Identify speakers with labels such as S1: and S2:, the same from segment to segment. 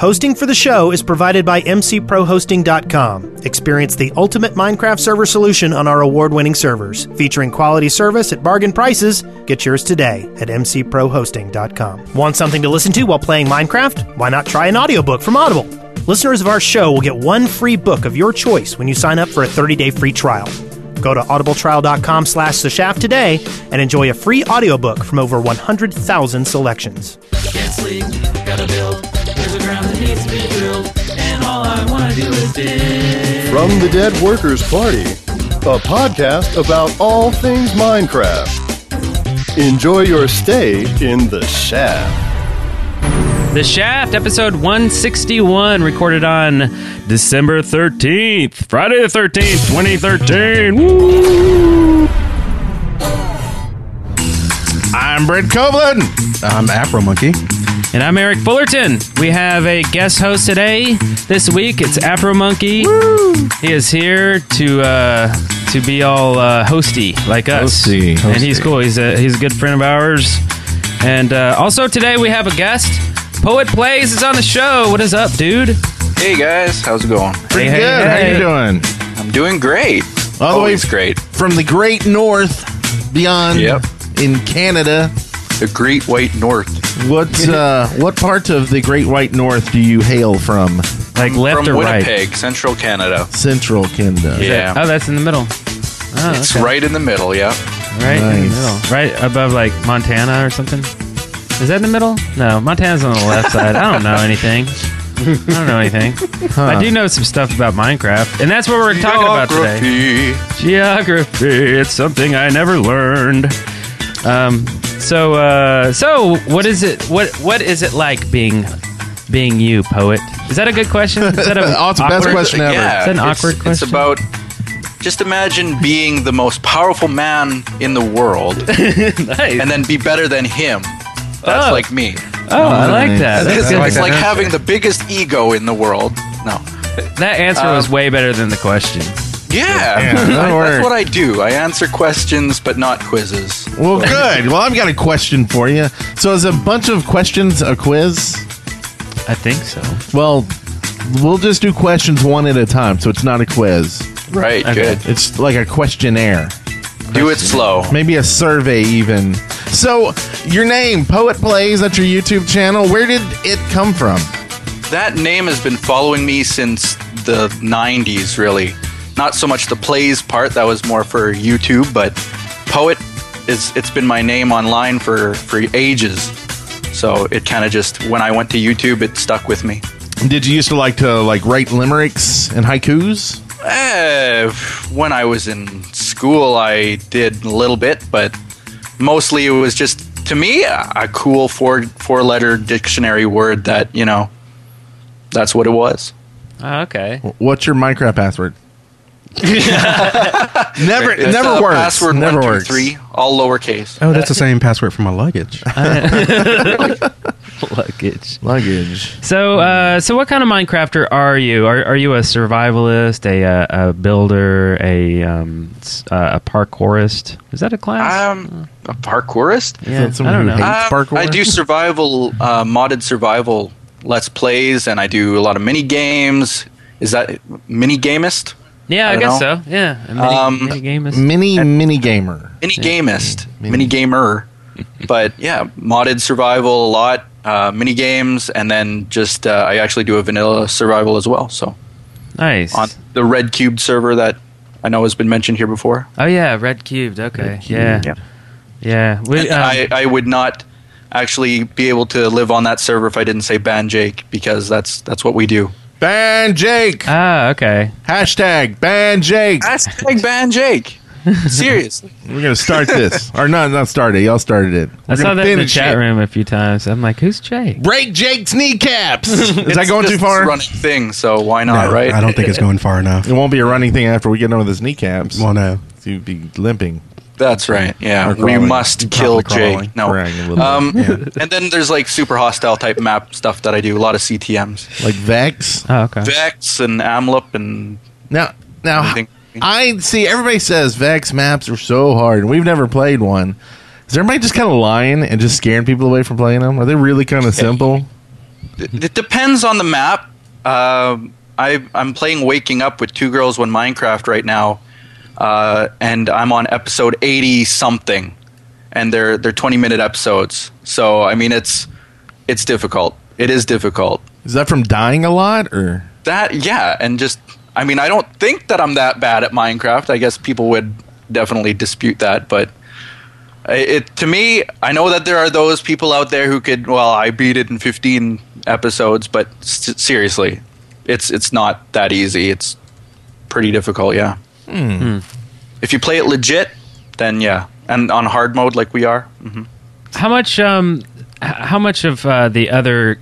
S1: Hosting for the show is provided by mcprohosting.com. Experience the ultimate Minecraft server solution on our award-winning servers, featuring quality service at bargain prices. Get yours today at mcprohosting.com. Want something to listen to while playing Minecraft? Why not try an audiobook from Audible? Listeners of our show will get one free book of your choice when you sign up for a 30-day free trial. Go to audibletrial.com slash the shaft today and enjoy a free audiobook from over 100,000 selections.
S2: Can't sleep, gotta build. There's a ground that needs to be drilled, and all I wanna do is dig.
S3: From the Dead Workers Party, a podcast about all things Minecraft. Enjoy your stay in the shaft.
S4: The Shaft, episode 161, recorded on December 13th, Friday the 13th, 2013. Woo!
S5: I'm Brett Copeland. I'm Afro Monkey.
S4: And I'm Eric Fullerton. We have a guest host today. This week, it's Afro Monkey. He is here to uh, to be all uh, hosty like us.
S5: Hosty,
S4: And he's
S5: hosty.
S4: cool. He's a, he's a good friend of ours. And uh, also today, we have a guest. Poet Plays is on the show. What is up, dude?
S6: Hey guys, how's it going?
S5: Pretty
S4: Hey,
S5: good.
S4: hey, hey.
S5: How you doing?
S6: I'm doing great.
S5: All the way
S6: Always great.
S5: From the great north, beyond
S6: Yep.
S5: in Canada.
S6: The Great White North.
S5: What uh, what part of the great white north do you hail from?
S4: Like left
S6: From
S4: or right?
S6: Winnipeg, Central Canada.
S5: Central Canada.
S6: Yeah.
S4: Oh, that's in the middle. Oh,
S6: It's
S4: okay.
S6: right in the middle, yeah.
S4: Right in the
S5: Nice.
S4: middle. Right above like Montana or something. Is that in the middle? No, Montana's on the left side. I don't know anything. I don't know anything. I do know some stuff about Minecraft, and that's what we're talking about today. Geography. It's something I never learned. Um. So, uh, so what is it? What What is it like being being you, poet? Is that a good question? Is that a
S5: Oh, it's the best
S4: awkward-
S5: question ever.
S6: Yeah,
S4: Is that an
S6: it's-
S4: awkward
S6: It's
S4: question?
S6: about just imagine being the most powerful man in the world
S4: Nice.
S6: and then be better than him. That's
S4: Oh.
S6: like me.
S4: oh, I like that. That's
S6: It's
S4: good.
S6: like, having the biggest ego in the world. No.
S4: that answer was
S6: um,
S4: way better than the question.
S6: Yeah.
S5: that
S6: I-
S5: worked.
S6: that's what I do. I answer questions but not quizzes.
S5: Well, good. Well, I've got a question for you. So, is a bunch of questions a quiz?
S4: I think so.
S5: Well, we'll just do questions one at a time, so it's not a quiz.
S6: Right,
S4: Okay.
S6: good.
S5: It's like a questionnaire.
S6: Do it slow.
S5: maybe a survey even. So, your name, Poet Plays, that's your YouTube channel. Where did it come from?
S6: That name has been following me since the 90s, really. Not so much the plays part, that was more for YouTube, but Poet is it's been my name online for for ages. So it kind of just when I went to YouTube, it stuck with me.
S5: Did you used to like to like write limericks and haikus?
S6: Eh, when I was in school, I did a little bit, but mostly it was just to me a, a cool four four letter dictionary word that, you know, that's what it was.
S4: Oh, okay.
S5: What's your Minecraft password? never,
S6: It's,
S5: never
S6: uh,
S5: works.
S6: Password
S5: never
S6: one, two,
S5: works.
S6: three, all lowercase.
S7: Oh, that's the same password for my luggage.
S4: Luggage.
S5: Luggage.
S4: So, uh, so what kind of Minecrafter are you? Are, are you a survivalist, a, uh, a builder, a um, s- uh, a parkourist? Is that a class?
S6: Um, a parkourist.
S4: yeah,
S5: that
S4: I
S5: someone
S4: don't
S5: who
S4: know.
S5: hates-
S6: Um,
S5: parkour?
S6: I do survival uh, modded survival let's plays, and I do a lot of mini games. Is that mini gamist?
S4: yeah, I,
S6: I don't
S4: guess
S6: know.
S4: so. Yeah, a
S6: Um,
S4: mini, mini game is-
S5: Mini mini gamer.
S6: Mini gamist, mini gamer. but yeah, modded survival a lot, uh, mini games, and then just uh, I actually do a vanilla survival as well. So
S4: nice.
S6: on the Red Cubed server that I know has been mentioned here before.
S4: oh yeah, red cubed. Okay. yeah. yeah. We,
S6: And
S4: um,
S6: I, I would not actually be able to live on that server if I didn't say ban Jake because that's that's what we do.
S5: Ban Jake.
S4: ah, okay.
S5: Hashtag ban Jake.
S6: Hashtag ban Jake. Seriously.
S5: We're gonna start this, or not? Not start it. Y'all started it. We're
S4: I saw
S5: gonna
S4: that in the
S5: finish
S4: chat
S5: it.
S4: room a few times. I'm like, who's Jake?
S5: Break Jake's kneecaps. Is that going
S6: It's
S5: too
S6: just
S5: far?
S6: a running thing, so why
S7: No,
S6: not, right?
S7: I don't think it's going far enough.
S5: It won't be a running thing after we get done with his kneecaps.
S7: Well, no.
S5: He'd be limping.
S6: That's right. Yeah,
S5: Or
S6: we
S5: crawling.
S6: must
S7: Probably
S6: kill
S7: crawling.
S6: Jake. No.
S5: Crying a little
S6: Um,
S7: Yeah.
S6: And then there's like super hostile type map stuff that I do. A lot of CTMs,
S5: Like Vex.
S4: Oh, okay.
S6: Vex and Amlip, and
S5: Now, now,
S6: Anything-
S5: I see. Everybody says Vex maps are so hard, and we've never played one. Is everybody just kind of lying and just scaring people away from playing them? Are they really kind of simple?
S6: it depends on the map. Um I I'm playing Waking Up with two girls one Minecraft right now, uh, and I'm on episode eighty something, and they're they're twenty minute episodes. So I mean it's it's difficult. It is difficult.
S5: Is that from dying a lot, or
S6: That yeah, and just I mean I don't think that I'm that bad at Minecraft. I guess people would definitely dispute that, but i- it to me, I know that there are those people out there who could well, I beat it in 15 episodes, but s- seriously, it's it's not that easy. It's pretty difficult, yeah. Hmm. If you play it legit, then yeah. And on hard mode like we are. mhm.
S4: How much? Um, h- how much of uh, the other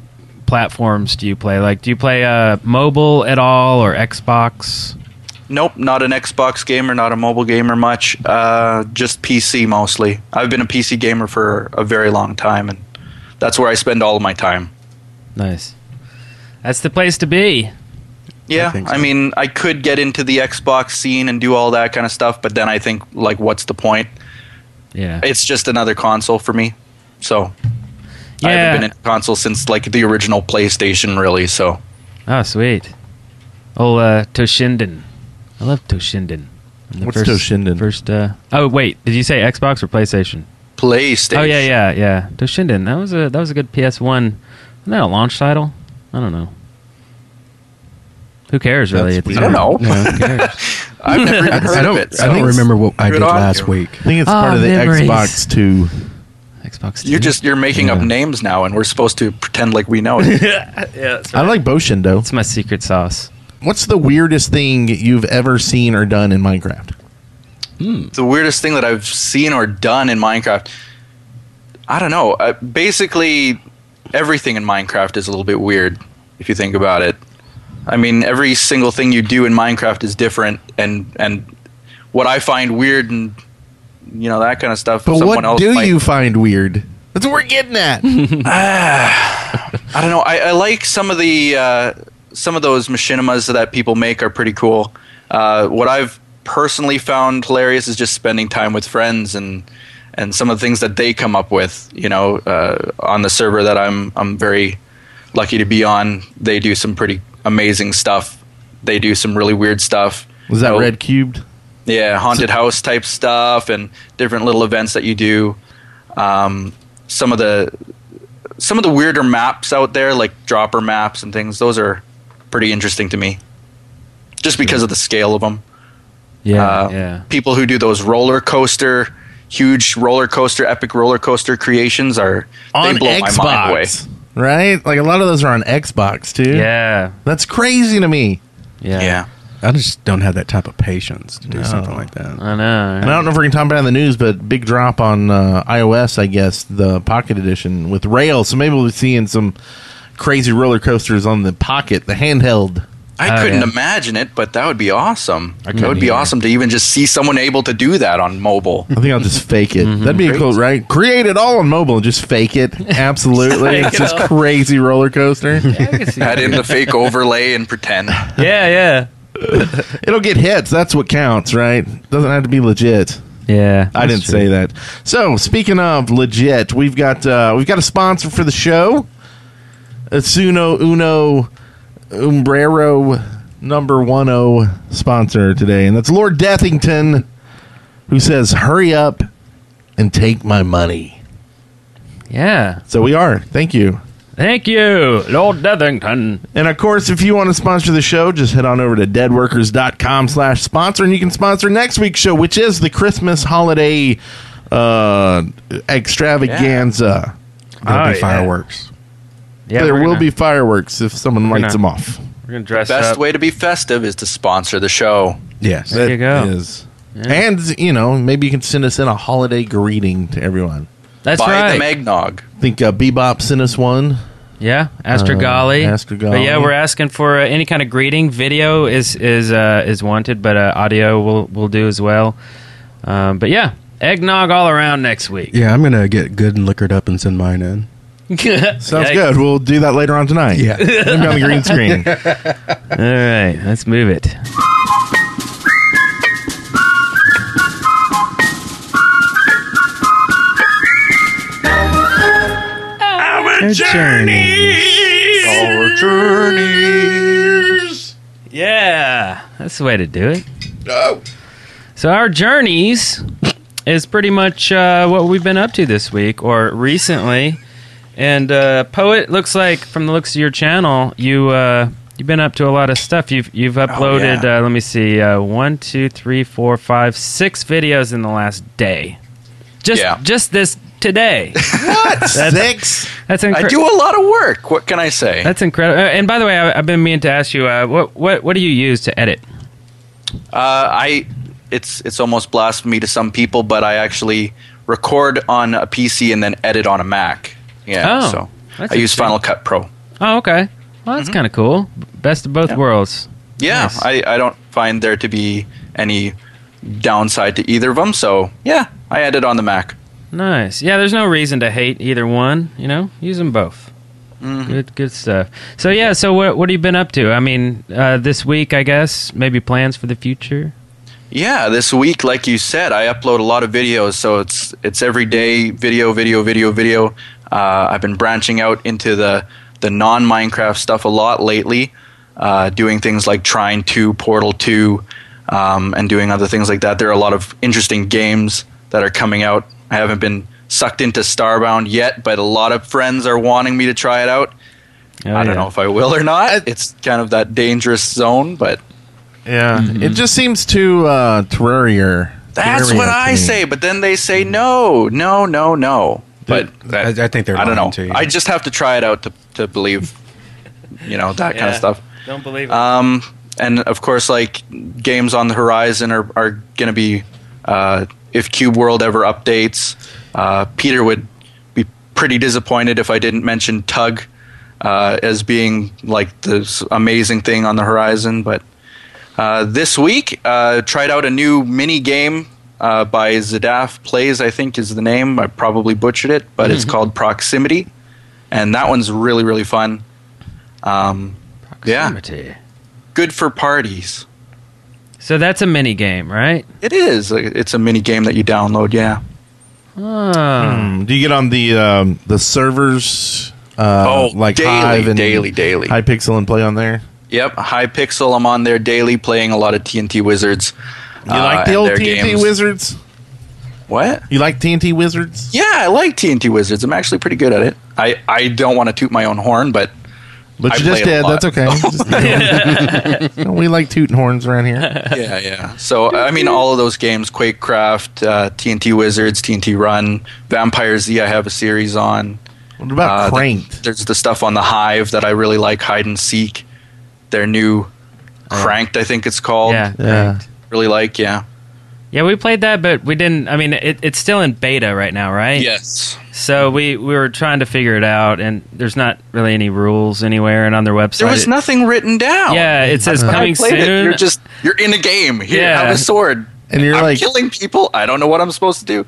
S4: platforms do you play? Like, do you play uh, mobile at all or Xbox?
S6: Nope, not an Xbox gamer, not a mobile gamer much. Uh, just PC mostly. I've been a PC gamer for a very long time, and that's where I spend all of my time.
S4: Nice. That's the place to be.
S6: Yeah,
S7: think
S6: I,
S7: so.
S6: mean, I could get into the Xbox scene and do all that kind of stuff, but then I think, like, what's the point?
S4: Yeah.
S6: It's just another console for me. So I
S4: Yeah.
S6: haven't been in console since like the original PlayStation, really. So
S4: Oh, sweet. Oh, uh, Toshinden. I love Toshinden. And the
S5: What's Toshinden?
S4: First. Uh, oh, wait. Did you say Xbox or PlayStation?
S6: PlayStation.
S4: Oh yeah, yeah, yeah. Toshinden. That was a that was a good PS One. Isn't that a launch title? I don't know. Who cares really?
S5: That's
S4: at these
S6: I don't
S4: points?
S6: know.
S7: No.
S4: Who cares?
S6: I've never even heard
S7: I
S6: of
S7: don't,
S6: it.
S7: I
S6: so
S7: don't remember what I
S6: screw it
S7: did
S6: on
S7: last
S6: you.
S7: week.
S5: I think it's
S4: Oh,
S5: part of the
S4: memories.
S5: Xbox Two.
S4: Xbox.
S6: You're
S4: two?
S6: just you're making up
S4: Yeah.
S6: names now, and we're supposed to pretend like we know it.
S5: I like Boshindo.
S4: It's my secret sauce.
S5: What's the weirdest thing you've ever seen or done in Minecraft?
S6: the weirdest thing that I've seen or done in Minecraft. I don't know. Uh, basically, everything in Minecraft is a little bit weird if you think about it. I mean, every single thing you do in Minecraft is different, and and what I find weird and you know that kind of stuff.
S5: But
S6: someone
S5: what
S6: else
S5: do
S6: might-
S5: you find weird? That's what we're getting at.
S6: I don't know. I, I like some of the uh, some of those machinimas that people make are pretty cool. Uh, what I've personally found hilarious is just spending time with friends and and some of the things that they come up with. You know, uh, on the server that I'm I'm very lucky to be on, they do some pretty amazing stuff. They do some really weird stuff.
S5: Was that
S6: You know,
S5: red cubed?
S6: yeah, haunted house type stuff and different little events that you do. Um, some of the some of the weirder maps out there, like dropper maps and things, those are pretty interesting to me, just because of the scale of them.
S4: Yeah,
S6: Uh,
S4: yeah.
S6: People who do those roller coaster, huge roller coaster, epic roller coaster creations are
S5: on
S6: they blow
S5: Xbox,
S6: my mind away.
S5: right? Like a lot of those are on Xbox too.
S4: Yeah,
S5: that's crazy to me.
S4: yeah,
S6: Yeah,
S7: I just don't have that type of patience to do something like that.
S4: I know.
S5: And I don't know if we're gonna talk about it in the news, but big drop on uh, iOS, I guess, the Pocket Edition with Rails. So maybe we'll be seeing some crazy roller coasters on the Pocket, the handheld.
S6: I
S4: Oh,
S6: couldn't
S4: yeah.
S6: imagine it, but that would be awesome. That
S4: couldn't
S6: would be
S4: either.
S6: awesome to even just see someone able to do that on mobile.
S5: I think I'll just fake it. That'd be a cool, right? Create it all on mobile and just fake it. Absolutely, it's just crazy roller coaster.
S6: Add in the fake overlay and pretend.
S4: yeah, yeah,
S5: It'll get hits. That's what counts, right? Doesn't have to be legit.
S4: yeah.
S5: I didn't say that. So speaking of legit, we've got uh, we've got a sponsor for the show. Atsuno Uno Umbrero number one oh sponsor today, and that's Lord Dethington, who says, "Hurry up and take my money."
S4: Yeah.
S5: So we are. Thank you.
S4: Thank you, Lord Dethington.
S5: And of course, if you want to sponsor the show, just head on over to deadworkers.com slash sponsor and you can sponsor next week's show, which is the Christmas holiday uh, extravaganza.
S7: There'll
S4: Oh,
S7: be
S4: yeah.
S7: fireworks.
S4: Yeah,
S5: there
S4: we're
S5: will
S4: gonna-
S5: be fireworks if someone lights
S4: not-
S5: them off.
S4: We're gonna dress
S6: Best
S4: up.
S6: way to be festive is to sponsor the show.
S7: Yes.
S4: There you
S5: That
S4: go.
S5: is And you know, maybe you can send us in a holiday greeting to everyone.
S4: That's
S6: Buy
S4: right.
S6: them eggnog.
S5: I think uh, Bebop sent us one.
S4: Yeah, Astragali.
S5: Uh, Astragali.
S4: But yeah, we're asking for uh, any kind of greeting. Video is is uh, is wanted, but uh, audio will will do as well. Um, but yeah, eggnog all around next week.
S7: Yeah, I'm gonna get good and liquored up and send mine in.
S5: Sounds
S4: Yikes.
S5: good. We'll do that later on tonight.
S7: Yeah.
S5: Put them on the green screen.
S4: All right, let's move it. Our
S5: Our journeys.
S4: Yeah, that's the way to do it. Oh. So our journeys is pretty much uh, what we've been up to this week or recently. And uh, poet, looks like from the looks of your channel, you uh, you've been up to a lot of stuff. You've you've
S6: Oh,
S4: uploaded. uh, let me see, uh, one, two, three, four, five, six videos in the last day. Just
S6: Yeah.
S4: just this today.
S5: Six.
S4: That's
S6: I
S4: incredible.
S6: do a lot of work. What can I say?
S4: That's incredible. Uh, and by the way, I, I've been meaning to ask you, uh, what what what do you use to edit?
S6: Uh, I it's it's almost blasphemy to some people, but I actually record on a PC and then edit on a Mac. Yeah,
S4: Oh,
S6: so
S4: that's
S6: I use
S4: interesting.
S6: Final Cut Pro.
S4: Oh, okay. Well, that's kind of cool. Best of both worlds.
S6: Mm-hmm. Yeah,
S4: Nice.
S6: I, I don't find there to be any downside to either of them. So yeah, I edit on the Mac.
S4: Nice. Yeah, there's no reason to hate either one. You know, use them both.
S6: Mm-hmm.
S4: Good, good stuff. So yeah, so what what have you been up to? I mean, uh, this week, I guess maybe plans for the future.
S6: Yeah, this week, like you said, I upload a lot of videos, so it's it's every day video, video, video, video. Uh, I've been branching out into the the non Minecraft stuff a lot lately, uh, doing things like Trine Two, Portal Two, um, and doing other things like that. There are a lot of interesting games that are coming out. I haven't been sucked into Starbound yet, but a lot of friends are wanting me to try it out.
S4: Oh,
S6: I don't
S4: yeah.
S6: know if I will or not. It's kind of that dangerous zone, but
S5: Yeah. It just seems too uh, Terraria.
S6: Mm-hmm. That's
S5: Terraria
S6: what
S5: to
S6: I
S5: me.
S6: say, but then they say no, no, no, no. But that-
S7: I- I think they're
S6: I don't
S7: lying
S6: know.
S7: to you.
S6: I just have to try it out to to believe, you know, that kind of
S4: Yeah.
S6: stuff.
S4: Don't believe it.
S6: Um, and of course, like games on the horizon are are going to be uh, if Cube World ever updates. Uh, Peter would be pretty disappointed if I didn't mention Tug uh, as being like this amazing thing on the horizon. But uh, this week, uh, tried out a new mini game. Uh, by Zadaf Plays, I think is the name. I probably butchered it, but it's called Proximity, and that one's really really fun. Um, yeah,
S4: Proximity.
S6: good for parties.
S4: So that's a mini game, right?
S6: It is. Like, It's a mini game that you download. Yeah.
S4: Oh.
S5: Hmm. Do you get on the um, the servers? Uh, like
S6: Oh, daily,
S5: Hive and
S6: daily, daily.
S5: Hypixel and play on there.
S6: Yep. High Pixel. I'm on there daily, playing a lot of TNT Wizards.
S5: You
S6: Uh,
S5: like the old TNT Wizards?
S6: What?
S5: You like TNT Wizards?
S6: Yeah, I like TNT Wizards. I'm actually pretty good at it. I I don't want to toot my own horn, but
S5: But
S6: I
S5: you just
S6: play it
S5: did.
S6: a lot.
S5: That's okay. Just- we like tooting horns around here.
S6: yeah, yeah. So I mean, all of those games: Quakecraft, uh, TNT Wizards, TNT Run, Vampire Z. I have a series on.
S5: What about
S6: Uh,
S5: Cranked?
S6: There's the stuff on the Hive that I really like, Hide and Seek. Their new Cranked, I think it's called.
S4: Yeah.
S5: Oh. Yeah.
S6: Really like, yeah.
S4: Yeah, we played that, but we didn't. I mean, it, it's still in beta right now, right?
S6: Yes.
S4: So we, we were trying to figure it out, and there's not really any rules anywhere, and on their website,
S6: There was
S4: it-
S6: nothing written down.
S4: Yeah, it says
S5: Uh-huh.
S6: When Oh, I
S4: coming
S6: played
S4: soon.
S6: it, you're just you're in a game. Here,
S4: Yeah.
S6: have a sword.
S5: And you're
S6: I'm
S5: like-
S6: killing people. I don't know what I'm supposed to do.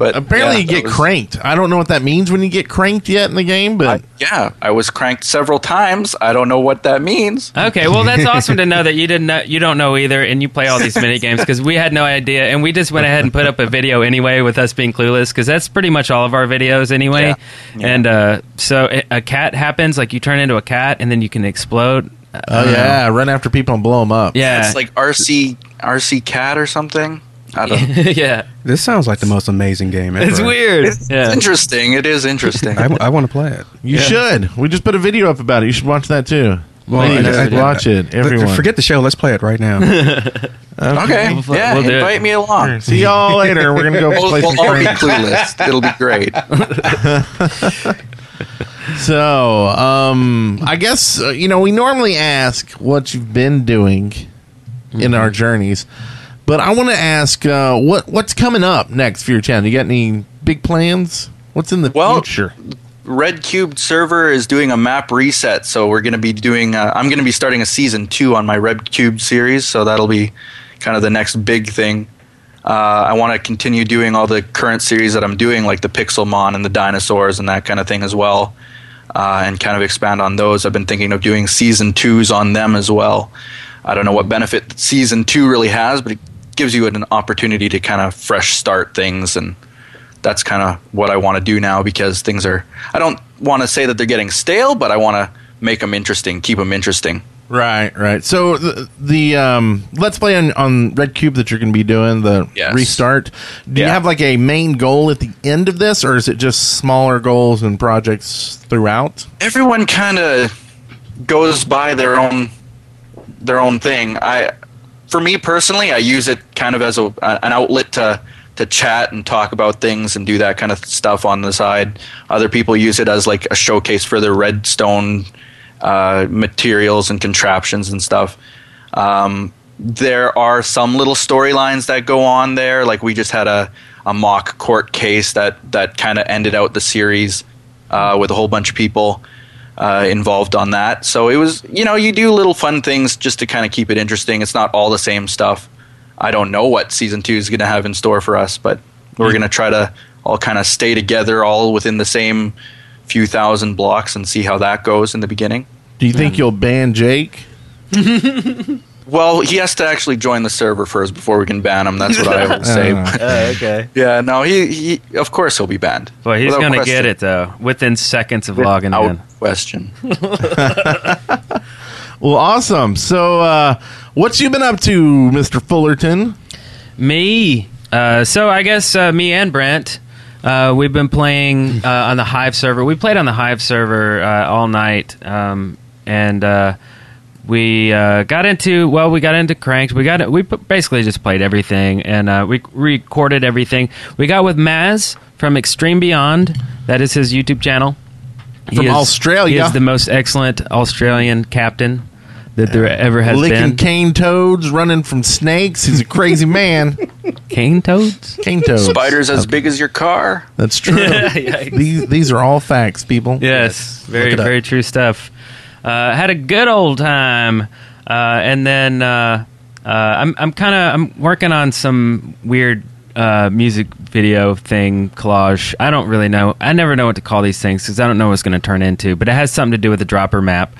S6: But
S5: Apparently,
S6: yeah,
S5: you
S6: that
S5: get
S6: was-
S5: cranked. I don't know what that means when you get cranked yet in the game, but
S6: Yeah, I was cranked several times. I don't know what that means.
S4: Okay, well that's awesome to know that you didn't know, you don't know either, and you play all these mini games because we had no idea, and we just went ahead and put up a video anyway with us being clueless because that's pretty much all of our videos anyway.
S6: Yeah.
S4: And uh, so a- a cat happens, like you turn into a cat, and then you can explode. Uh,
S5: oh yeah, run after people and blow them up.
S4: yeah,
S6: It's like RC RC cat or something. I don't. know.
S4: yeah,
S7: This sounds like the most amazing game ever.
S4: it's weird. Yeah,
S6: Interesting. It is interesting.
S7: I, want to play it.
S5: you should. We just put a video up about it. You should watch that too.
S7: Well,
S5: Please,
S7: I- I-
S5: watch it,
S7: Look,
S5: everyone.
S7: Forget the show. Let's play it right now.
S6: okay.
S4: We'll-
S6: yeah.
S4: we'll do it.
S6: invite me along.
S5: See y'all later. We're gonna go
S6: We'll,
S5: play some
S6: we'll all be
S5: cranked.
S6: clueless. It'll be great.
S5: So, um, I guess
S7: Mm-hmm.
S5: uh, you know we normally ask what you've been doing in our journeys, But I want to ask, uh, what what's coming up next for your channel? You got any big plans? What's in the
S6: Well,
S5: future?
S6: Red Cubed server is doing a map reset, so we're going to be doing. Uh, I'm going to be starting a season two on my Red Cubed series, so that'll be kind of the next big thing. Uh, I want to continue doing all the current series that I'm doing, like the Pixelmon and the dinosaurs and that kind of thing as well, uh, and kind of expand on those. I've been thinking of doing season twos on them as well. I don't know what benefit season two really has, but it gives you an opportunity to kind of fresh start things and that's kind of what I want to do now because things are. I don't want to say that they're getting stale, but I want to make them interesting, keep them interesting.
S5: Right, right. So the, the um, let's play on, on Red Cube that you're going to be doing the
S6: Yes.
S5: restart. Do you
S6: Yeah.
S5: have like a main goal at the end of this, or is it just smaller goals and projects throughout?
S6: Everyone kind of goes by their own their own thing. I, for me personally, I use it kind of as a an outlet to to chat and talk about things and do that kind of stuff on the side. Other people use it as like a showcase for their redstone uh, materials and contraptions and stuff. Um, there are some little storylines that go on there. Like we just had a, a mock court case that, that kind of ended out the series uh, with a whole bunch of people uh, involved on that. So it was, you know, you do little fun things just to kind of keep it interesting. It's not all the same stuff. I don't know what season two is going to have in store for us, but we're going to try to all kind of stay together, all within the same few thousand blocks, and see how that goes in the beginning.
S5: Do you think you'll ban Jake?
S6: Well, he has to actually join the server first before we can ban him. That's what I will say.
S8: okay.
S6: yeah, no, he, he of course he'll be banned.
S4: But he's
S6: Without
S4: going to
S6: question.
S4: get it, though, within seconds of logging
S6: Without
S4: in.
S6: question.
S5: Well, awesome. So, uh, what you been up to, Mister Fullerton?
S4: Me. Uh, so I guess uh, me and Brent, uh, we've been playing uh, on the Hive server. We played on the Hive server uh, all night, um, and uh, we uh, got into well, we got into cranks. We got we basically just played everything, and uh, we recorded everything. We got with Maz from Extreme Beyond. That is his YouTube channel.
S5: From
S4: is-
S5: Australia.
S4: he is the most excellent Australian captain that there ever has
S5: Licking
S4: been.
S5: cane toads, running from snakes. He's a crazy man.
S4: cane toads.
S5: Cane toads.
S6: Spiders as big as your car.
S5: That's true.
S4: Yikes.
S5: these these are all facts, people.
S4: Yes, very
S5: it up.
S4: very true stuff. Uh, had a good old time, uh, and then uh, uh, I'm I'm kind of I'm working on some weird uh, music video thing collage. I don't really know. I never know what to call these things because I don't know what it's going to turn into. But it has something to do with the dropper map.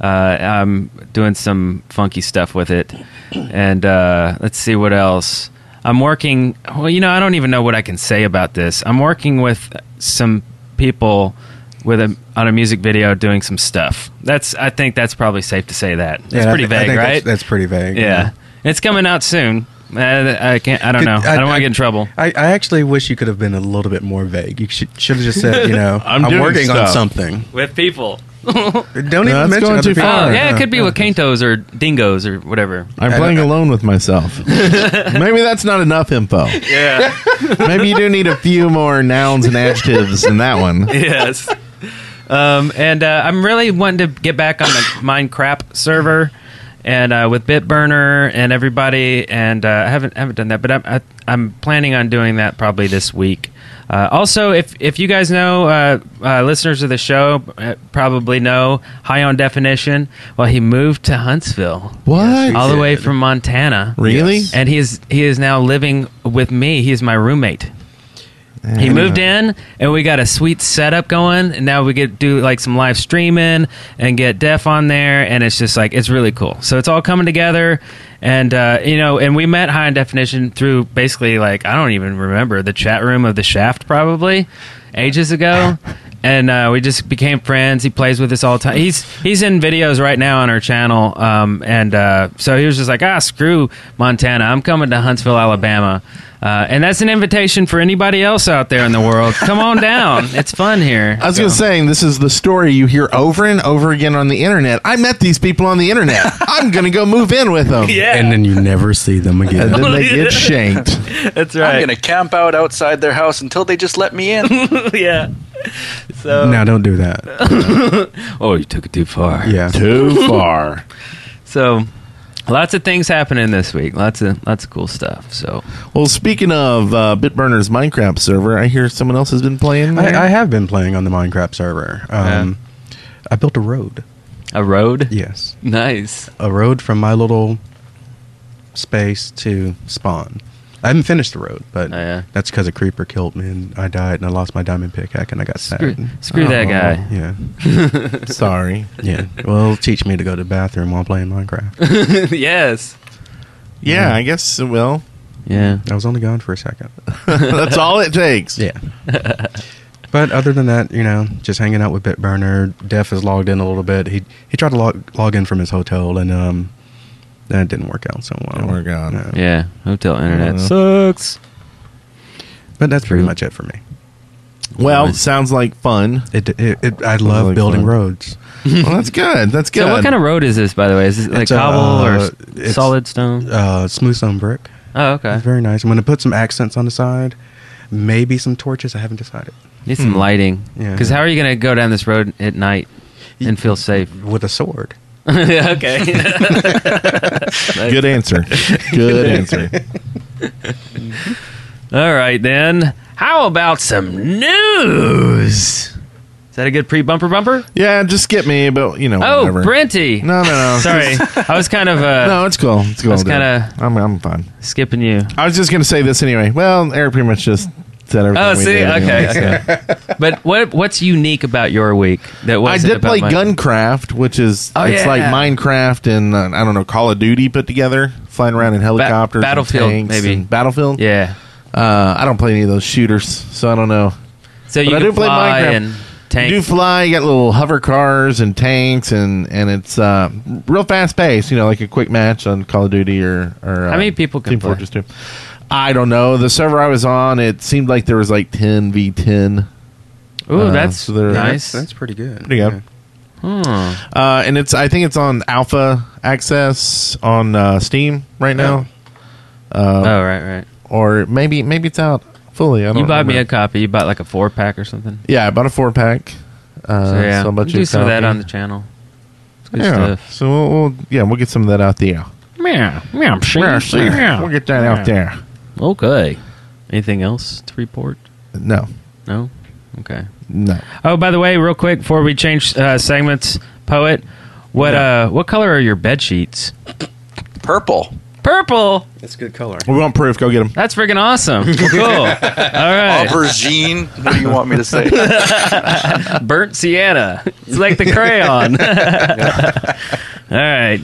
S4: Uh, I'm doing some funky stuff with it, and uh, let's see what else. I'm working. Well, you know, I don't even know what I can say about this. I'm working with some people with a on a music video doing some stuff. That's I think that's probably safe to say that. That's
S7: I
S4: pretty
S7: thi- I
S4: vague,
S7: think
S4: right?
S7: That's, that's pretty vague.
S4: yeah. It's coming out soon. I, I can't. I don't know. I, don't want to get in trouble.
S7: I, I actually wish you could have been a little bit more vague. You should, should have just said, you know,
S5: I'm
S7: I'm,
S5: doing
S7: working
S5: stuff.
S7: on something.
S4: With people.
S7: Don't
S5: that's
S7: even mention
S5: going
S7: other
S5: too
S7: people.
S5: far.
S4: Oh, yeah, it could be with cantos or dingoes or whatever.
S5: I'm playing alone with myself. Maybe that's not enough info.
S4: Yeah.
S5: Maybe you do need a few more nouns and adjectives in that one.
S4: yes. Um, and uh, I'm really wanting to get back on the Minecraft server and uh, with Bitburner and everybody. And uh, I haven't haven't done that, but I'm I, I'm planning on doing that probably this week. Uh, also, if if you guys know, uh, uh, listeners of the show uh, probably know High on Definition. Well, he moved to Huntsville.
S5: What?
S4: All the way from Montana.
S5: Really? Yes.
S4: And he is he is now living with me. He is my roommate. He moved in, and we got a sweet setup going. And now we get do like some live streaming and get Def on there, and it's just like it's really cool. So it's all coming together, and uh, you know, and we met High in Definition through basically like I don't even remember the chat room of the Shaft probably ages ago, and uh, we just became friends. He plays with us all the time. He's he's in videos right now on our channel, um, and uh, so he was just like, ah, screw Montana, I'm coming to Huntsville, Alabama. Uh, and that's an invitation for anybody else out there in the world. Come on down. It's fun here.
S5: I was going to say, this is the story you hear over and over again on the internet. I met these people on the internet. I'm going to go move in with them.
S7: And then you never see them
S5: And
S7: again.
S5: then they get shanked.
S4: That's
S6: I'm going to camp out outside their house until they just let me in.
S4: yeah.
S7: no, don't do that.
S4: Oh, you took it too far.
S7: Yeah.
S5: Too far.
S4: So Lots of things happening this week. Lots of lots of cool stuff. So
S5: Well, speaking of uh, Bitburner's Minecraft server, I hear someone else has been playing. there.
S7: I, I have been playing on the Minecraft server. Um, I built a road.
S4: a road.
S7: Yes,
S4: Nice.
S7: a road from my little space to spawn. I haven't finished the road, but
S4: Oh, yeah.
S7: that's because a creeper killed me and I died and I lost my diamond pickaxe and I got
S4: Screw,
S7: sad. Uh-huh.
S4: screw that guy.
S7: Yeah,
S5: Sorry.
S7: yeah. well, it'll teach me to go to the bathroom while playing Minecraft.
S4: yes.
S5: Yeah, I guess. Well,
S4: Yeah.
S7: I was only gone for a second.
S5: that's all it takes.
S7: Yeah. but other than that, you know, just hanging out with Bitburner. Def is logged in a little bit. He he tried to log, log in from his hotel and um that didn't work out so well.
S5: Didn't work out.
S7: No.
S4: Yeah. Hotel internet
S5: Yeah.
S4: sucks.
S7: But that's pretty
S4: True.
S7: much it for me.
S5: Well, sounds like fun.
S7: It it, it I love
S5: like
S7: building
S5: fun.
S7: roads.
S5: Well, that's good. That's good.
S4: So what kind of road is this, by the way? Is this like
S7: It's, uh,
S4: cobble or s-
S7: it's-
S4: solid stone?
S7: Uh smooth stone brick.
S4: oh, okay.
S7: It's very nice. I'm gonna put some accents on the side. Maybe some torches. I haven't decided.
S4: Need
S5: hmm.
S4: some lighting.
S7: Yeah.
S4: Because how are you going to go down this road at night and feel safe?
S7: With a sword.
S4: okay.
S5: Good answer. Good answer.
S4: All right, then. How about some news? Is that a good pre bumper bumper?
S5: Yeah, just skip me, but you know,
S4: Oh,
S5: whatever.
S4: Brenty.
S5: No, no, no.
S4: Sorry. I was kind of uh,
S5: No, it's cool. It's cool.
S4: That's
S5: dude.
S4: kinda-
S5: I'm, I'm fine.
S4: skipping you.
S5: I was just gonna say this anyway. Well, Eric pretty much just said everything.
S4: Oh,
S5: we
S4: see,
S5: did
S4: okay.
S5: anyway, so.
S4: okay. but what what's unique about your week that
S5: I
S4: was
S5: did
S4: about
S5: play
S4: my-
S5: Guncraft, which is
S4: Oh,
S5: it's
S4: yeah.
S5: like Minecraft and uh, I don't know Call of Duty put together, flying around in helicopters, and
S4: Battlefield,
S5: tanks
S4: maybe.
S5: and Battlefield.
S4: Yeah.
S5: uh, I don't play any of those shooters, so I don't know.
S4: So you
S5: I
S4: can
S5: do play
S4: fly
S5: Minecraft.
S4: and
S5: You
S4: tank.
S5: do fly, you got little hover cars and tanks, and and it's uh, real fast paced. You know, like a quick match on Call of Duty or or
S4: How
S5: uh,
S4: many people can
S5: Team
S4: play?
S5: Fortress Two. I don't know. The server I was on, it seemed like there was like ten v ten.
S4: Ooh,
S5: uh,
S4: that's
S5: so they're-
S4: nice.
S7: That's pretty good.
S5: Pretty good.
S4: Oh,
S5: Uh, and it's I think it's on alpha access on uh, Steam right now,
S4: oh, right, right.
S5: or maybe maybe it's out fully. I don't
S4: You bought me a
S5: remember.
S4: copy. You bought like a four pack or something.
S5: yeah, I bought a four pack. Uh,
S4: So yeah,
S5: so I
S4: we'll
S5: bought you
S4: do
S5: a
S4: some of that
S5: copy.
S4: on the channel. It's good
S5: yeah.
S4: stuff.
S5: So we'll, we'll yeah we'll get some of that out there.
S4: Yeah, yeah,
S5: Yeah, sure. We'll get that out there.
S4: Okay. Anything else to report?
S5: No,
S4: No. Okay.
S5: no.
S4: Oh, by the way, real quick before we change uh, segments, poet, what uh, what color are your bed sheets?
S6: Purple.
S4: Purple.
S7: That's good color.
S5: We want proof. Go get them.
S4: That's freaking awesome. cool. All right.
S6: Aubergine. What do you want me to say?
S4: Burnt sienna. It's like the crayon. All right.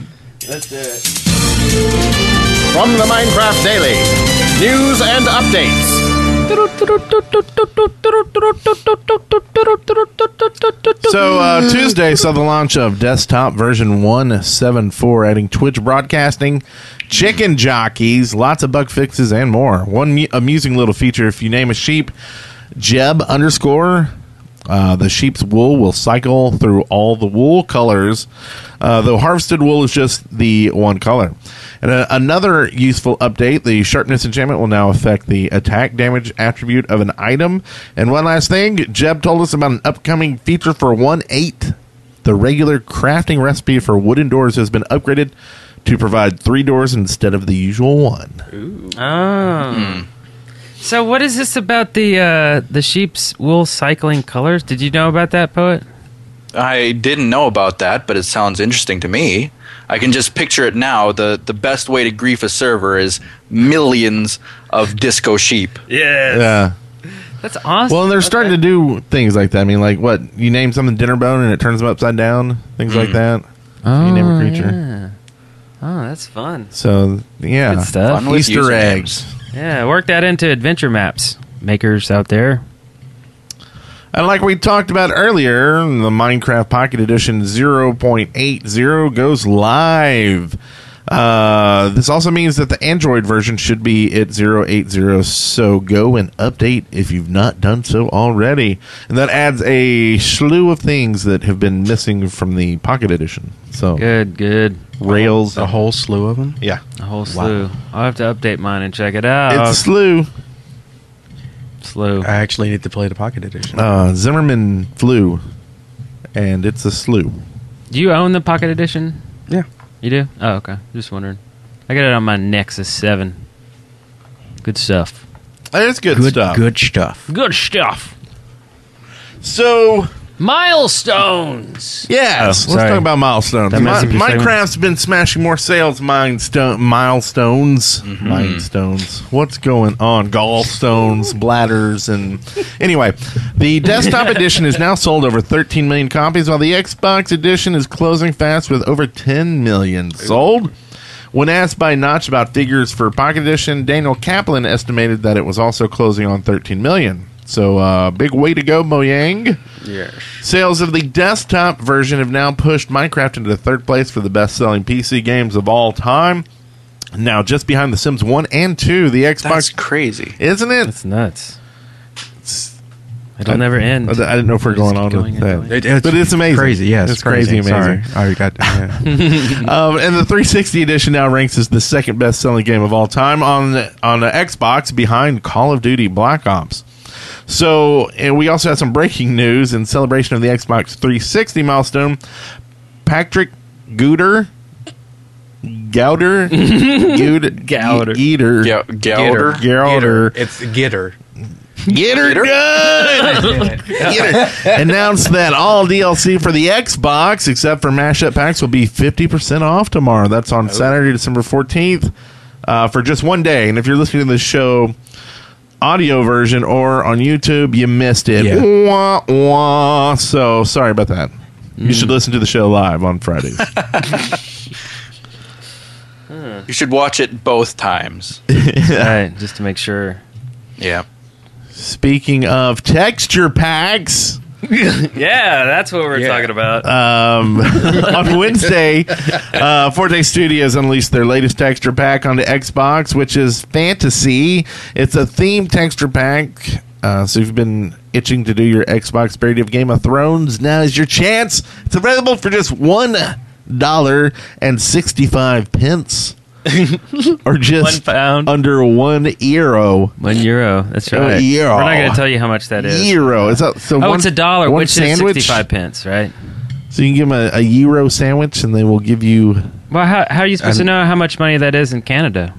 S3: From the Minecraft Daily, news and updates.
S5: So uh, Tuesday saw the launch of desktop version one seven four, adding Twitch broadcasting, chicken jockeys, lots of bug fixes, and more. One mu- amusing little feature: if you name a sheep Jeb underscore. Uh, the sheep's wool will cycle through all the wool colors, uh, though harvested wool is just the one color. And uh, another useful update the sharpness enchantment will now affect the attack damage attribute of an item. And one last thing Jeb told us about an upcoming feature for 1 8. The regular crafting recipe for wooden doors has been upgraded to provide three doors instead of the usual one.
S4: Oh. Hmm. So what is this about the uh, the sheep's wool cycling colors? Did you know about that, poet?
S6: I didn't know about that, but it sounds interesting to me. I can just picture it now. The the best way to grief a server is millions of disco sheep.
S5: Yeah.
S4: That's awesome.
S5: Uh, Well, and they're starting to do things like that. I mean, like what you name something dinner bone and it turns them upside down, things like that.
S4: oh,
S5: you name a creature.
S4: yeah. Oh, that's fun.
S5: So yeah,
S4: Good stuff.
S6: Fun with
S5: Easter
S6: usernames.
S5: eggs.
S4: Yeah, work that into adventure maps makers out there.
S5: And like we talked about earlier, the Minecraft Pocket Edition 0.80 goes live. Uh, this also means that the Android version should be at 080, so go and update if you've not done so already. And that adds a slew of things that have been missing from the Pocket Edition. So
S4: Good, good.
S5: Rails,
S8: Uh-huh.
S7: A whole slew of them.
S5: yeah,
S4: A whole slew. I'll have to update mine and check it out.
S5: it's a slew.
S4: slew.
S7: I actually need to play the pocket edition.
S5: Uh, Zimmerman flew, and it's a slew.
S4: Do you own the Pocket Edition?
S7: yeah.
S4: You do? Oh, okay. Just wondering. I got it on my Nexus 7. Good stuff.
S5: It's good,
S7: Good
S5: stuff.
S7: good stuff.
S4: Good stuff.
S5: So
S4: Milestones.
S5: yes, let's
S4: Oh, sorry.
S5: talk about milestones.
S4: That
S5: Mi-
S4: messed up your segment.
S5: Minecraft's been smashing more sales milestone milestones.
S4: Mm-hmm.
S5: Milestones. What's going on? Gallstones, bladders, and anyway, the desktop edition is now sold over 13 million copies, while the Xbox edition is closing fast with over 10 million sold. When asked by Notch about figures for Pocket Edition, Daniel Kaplan estimated that it was also closing on 13 million. So, uh, big way to go, Mojang. Sales of the desktop version have now pushed Minecraft into third place for the best selling PC games of all time. Now, just behind The Sims 1 and 2, the
S6: That's
S5: Xbox.
S6: crazy.
S5: isn't it?
S4: That's nuts. It'll never end.
S5: I didn't know if we're
S4: Just
S5: going on
S4: keep
S5: with
S4: and
S5: that.
S4: going.
S7: It- it's
S5: But it's amazing.
S7: Crazy, yes.
S5: It's crazy amazing.
S7: Sorry. I got,
S8: Hmm,
S7: yeah.
S5: Um, and the 360 edition now ranks as the second best selling game of all time on the, on the Xbox behind Call of Duty Black Ops. So, and we also had some breaking news in celebration of the Xbox 360 milestone. Patrick Gooder, Gouder, Goud,
S4: Gouder.
S5: Eater,
S6: Yeah, Gouder.
S5: Gouder,
S8: It's Gitter.
S5: Get her done. Get her. Announced that all DLC for the Xbox, except for mashup packs, will be 50% off tomorrow. That's on Saturday, December 14th, uh, for just one day. And if you're listening to this show, audio version or on YouTube, you missed it.
S7: Yeah.
S5: Wah, wah. So sorry about that. You should listen to the show live on Fridays.
S6: You should watch it both times.
S4: Right, just to make sure.
S6: Yeah.
S5: Speaking of texture packs.
S4: Yeah, that's what we're talking about.
S5: Um, on Wednesday, uh, Forte Studios unleashed their latest texture pack onto Xbox, which is Fantasy. It's a theme texture pack. Uh, so if you've been itching to do your Xbox parody of Game of Thrones, now is your chance. It's available for just one dollar and sixty-five pence, or just
S4: One pound.
S5: under one euro.
S4: One euro. That's
S5: Oh,
S4: right.
S5: euro.
S4: We're not going to tell you how much that is.
S5: Euro. It's a, so
S4: Oh,
S5: one-
S4: it's a dollar,
S5: one
S4: which
S5: sandwich.
S4: is 65 pence, right?
S5: So you can give them a, a euro sandwich, and they will give you
S4: Well, how, how are you supposed to know how much money that is in Canada?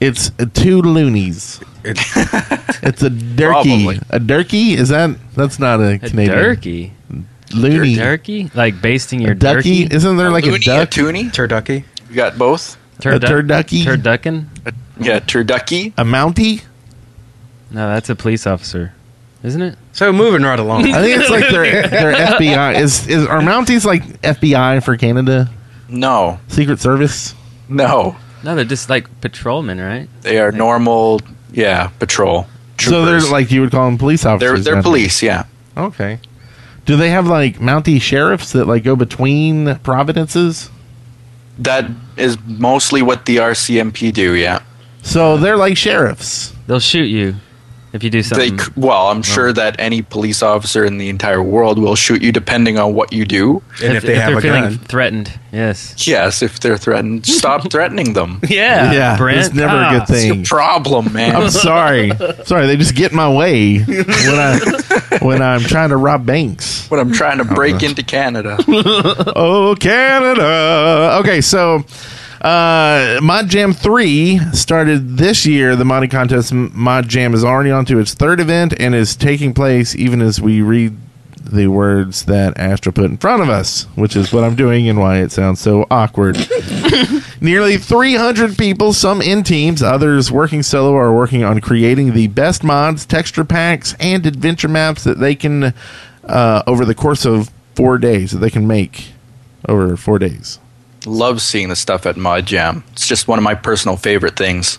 S5: It's uh, two loonies. it's a
S6: Probably.
S5: turkey. A turkey? Is that that's not a Canadian
S4: Turkey?
S5: loony?
S4: Turkey? Like basting your
S5: A ducky?
S4: turkey?
S5: Isn't there like a
S6: Looney,
S5: duck?
S6: toonie?
S8: Turducky.
S6: You got both?
S5: A turducky?
S4: Turducken?
S6: Yeah, turducky.
S5: A mountie?
S4: No, that's a police officer, isn't it?
S8: So moving right along.
S5: I think it's like their their FBI. Is is are mounties like FBI for Canada?
S6: No,
S5: Secret Service?
S6: no.
S4: No, they're just like patrolmen, right?
S6: They are normal, yeah, patrol.
S5: So they're
S6: troopers.
S5: like you would call them police
S6: they're,
S5: officers.
S6: they're
S5: not-
S6: police, yeah.
S5: Okay. Do they have like mountie sheriffs that like go between providences?
S6: That is mostly what the RCMP do, yeah.
S5: So they're like sheriffs.
S4: They'll shoot you if you do
S6: They
S4: something.
S6: c well,
S5: Oh.
S6: I'm sure that any police officer in the entire world will shoot you depending on what you do.
S8: and if they have
S4: are
S8: a
S4: feeling
S8: gun.
S4: threatened, yes.
S6: Yes, if they're threatened, stop threatening them.
S4: Yeah, Ah,
S5: it's never a good
S6: It's
S5: thing.
S6: a problem, man.
S5: I'm sorry. Sorry, they just get in my way when I when I'm trying to rob banks.
S6: when I'm trying to break into Canada.
S5: Oh, Canada. Okay, so uh Mod Jam 3 started this year. The modding contest M- Mod Jam is already on to its third event and is taking place even as we read the words that Astra put in front of us, which is what I'm doing and why it sounds so awkward. Nearly 300 people, some in teams, others working solo, are working on creating the best mods, texture packs, and adventure maps that they can, uh, over the course of four days, that they can make over four days.
S6: Love seeing the stuff at Mod Jam. It's just one of my personal favorite things.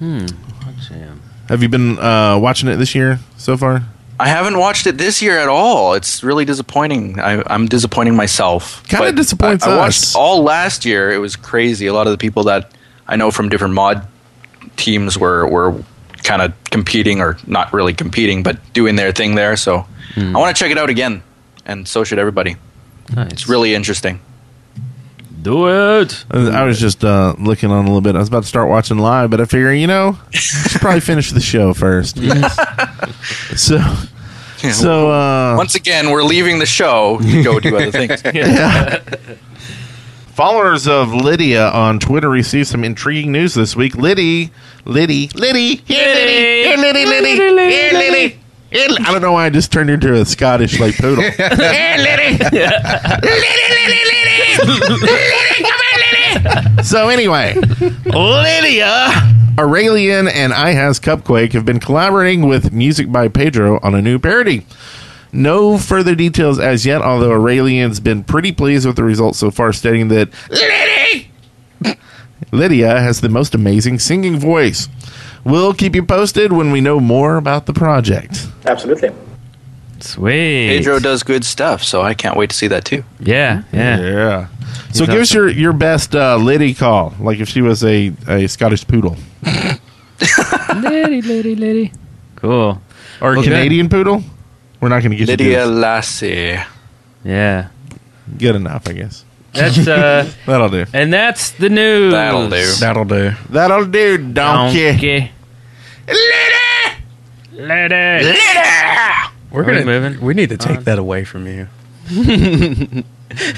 S5: Have you been uh, watching it this year so far?
S6: I haven't watched it this year at all. It's really disappointing. I, I'm disappointing myself.
S5: Kinda
S6: But
S5: disappoints
S6: I, I
S5: us.
S6: watched all last year. It was crazy. A lot of the people that I know from different mod teams were were kind of competing or not really competing, but doing their thing there. So I want to check it out again, and so should everybody. It's really interesting.
S4: do it.
S5: I I was just uh, looking on a little bit. I was about to start watching live, but I figure, you know, I should probably finish the show first. so, so uh,
S6: Once again, we're leaving the show to go do other things.
S5: Followers of Lydia on Twitter received some intriguing news this week. Liddy, Liddy, Liddy, here Liddy, here Liddy, Liddy, here Liddy. here Liddy. I don't know why I just turned into a Scottish like poodle. Here, Liddy. Liddy, Liddy, Liddy. Liddy, come here, Liddy. So anyway, Lydia, Aurelian, and I Has Cupquake have been collaborating with Music by Pedro on a new parody. No further details as yet, although Aurelian's been pretty pleased with the results so far, stating that Liddy! Lydia has the most amazing singing voice. We'll keep you posted when we know more about the project.
S9: Absolutely.
S4: Sweet.
S6: Pedro does good stuff, so I can't wait to see that too.
S4: Yeah, yeah.
S5: Yeah. So
S4: He's
S5: give us your, your best uh, Liddy call, like if she was a, a Scottish poodle
S4: Liddy, liddy, liddy. Cool.
S5: or a
S4: Okay.
S5: Canadian poodle. We're not going to get you
S6: Lydia
S5: this.
S6: Lassie.
S4: Yeah.
S5: Good enough, I guess.
S4: That's uh,
S5: That'll do.
S4: and that's the news.
S6: That'll do.
S7: That'll do.
S5: That'll do, donkey.
S4: Donkey. Liddy. Liddy.
S8: We're
S4: Are we
S8: gonna.
S4: moving
S8: We Uh, need to take that away from you.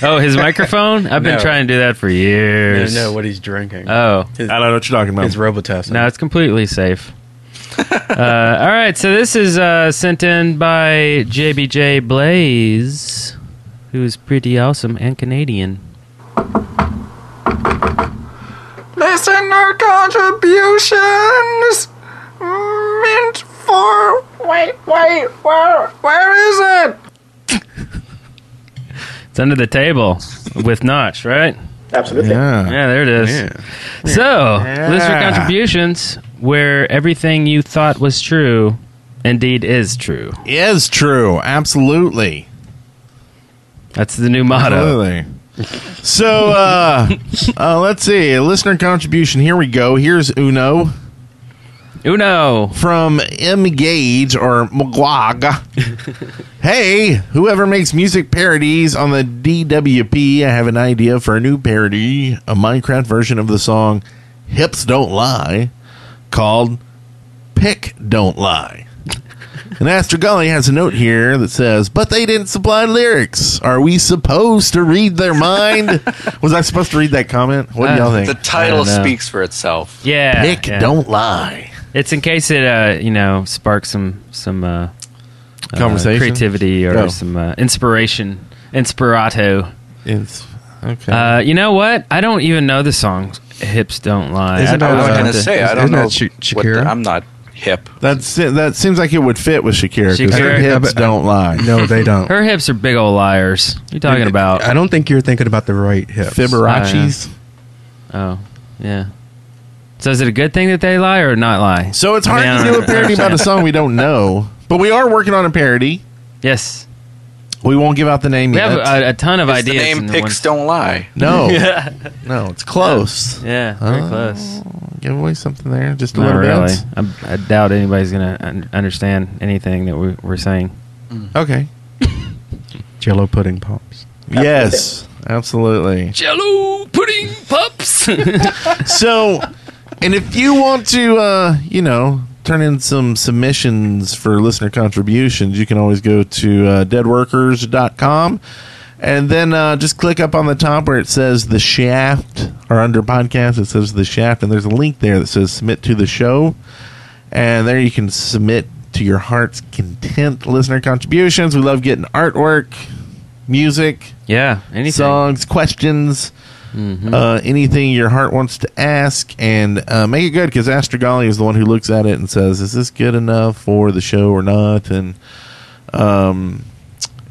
S4: Oh, his microphone. I've been
S8: No.
S4: trying to do that for
S8: No,
S4: years.
S8: no, what he's drinking.
S4: Oh.
S8: his,
S5: I don't know what you're talking about.
S8: his Robitussin.
S4: No, it's completely safe. uh, all right, so this is uh, sent in by JBJ Blaze, who is pretty awesome and Canadian.
S2: Listener contributions meant for. Wait, wait, where, where is it?
S4: It's under the table with Notch, right?
S9: Absolutely.
S5: yeah.
S4: Yeah, there it is. So, listener contributions, where everything you thought was true indeed is true.
S5: Is true. Absolutely.
S4: That's the new motto.
S5: Absolutely. So uh, uh, let's see. Listener contribution. Here we go. Here's Uno
S4: Uno.
S5: from M Gage or McGuag. hey, whoever makes music parodies on the DWP, I have an idea for a new parody, a Minecraft version of the song Hips Don't Lie called Pick Don't Lie. And Astrogully has a note here that says, But they didn't supply lyrics. Are we supposed to read their mind? Was I supposed to read that comment? What do y'all think?
S6: The title
S4: know.
S6: speaks for itself.
S4: Yeah.
S5: Pick
S4: Uh, yeah.
S5: Don't Lie.
S4: It's in case it, uh, you know, sparks some some uh, uh,
S5: Conversation?
S4: creativity, or
S5: Oh.
S4: some uh, inspiration, inspirato.
S5: It's, okay.
S4: Uh, you know what? I don't even know the song "Hips Don't Lie."
S7: Isn't
S4: I,
S6: I
S7: that,
S4: don't
S6: was
S7: uh,
S4: have
S6: gonna
S4: to-
S6: say I
S7: isn't
S6: don't
S7: that
S6: know.
S7: Sha-
S6: what
S7: Shakira?
S6: the, I'm not hip.
S5: That's that seems like it would fit with Shakira because her
S4: Shakira. uh,
S5: hips don't lie.
S7: No, they don't.
S4: Her hips are big old liars. You talking about?
S7: I don't think you're thinking about the right hips.
S5: Fibonacci's.
S4: Oh, yeah. So is it a good thing that they lie or not lie?
S5: So it's
S4: I mean,
S5: hard
S4: I
S5: to
S4: don't
S5: do a parody about a song we don't know, but we are working on a parody.
S4: Yes,
S5: We won't give out the name
S4: we
S5: yet.
S4: have a, uh, a ton of
S6: It's the
S4: ideas.
S6: name
S4: in the
S6: picks
S4: one-
S6: don't lie.
S5: no, no, it's close.
S4: Yeah, very close.
S5: Give away something there, just a
S4: Not
S5: little
S4: really.
S5: bit.
S4: I, I doubt anybody's gonna un- understand anything that we, we're saying.
S5: Okay.
S7: Jello pudding pops.
S5: Yes, absolutely.
S4: Jello pudding pups.
S5: so and if you want to uh you know turn in some submissions for listener contributions you can always go to uh, deadworkers.com and then uh, just click up on the top where it says the shaft or under podcast it says the shaft and there's a link there that says submit to the show and there you can submit to your heart's content listener contributions we love getting artwork music
S4: yeah, anything. Mm-hmm.
S5: songs, questions, uh, anything your heart wants to ask, and uh, make it good because Astrogali is the one who looks at it and says, "Is this good enough for the show or not?" And um,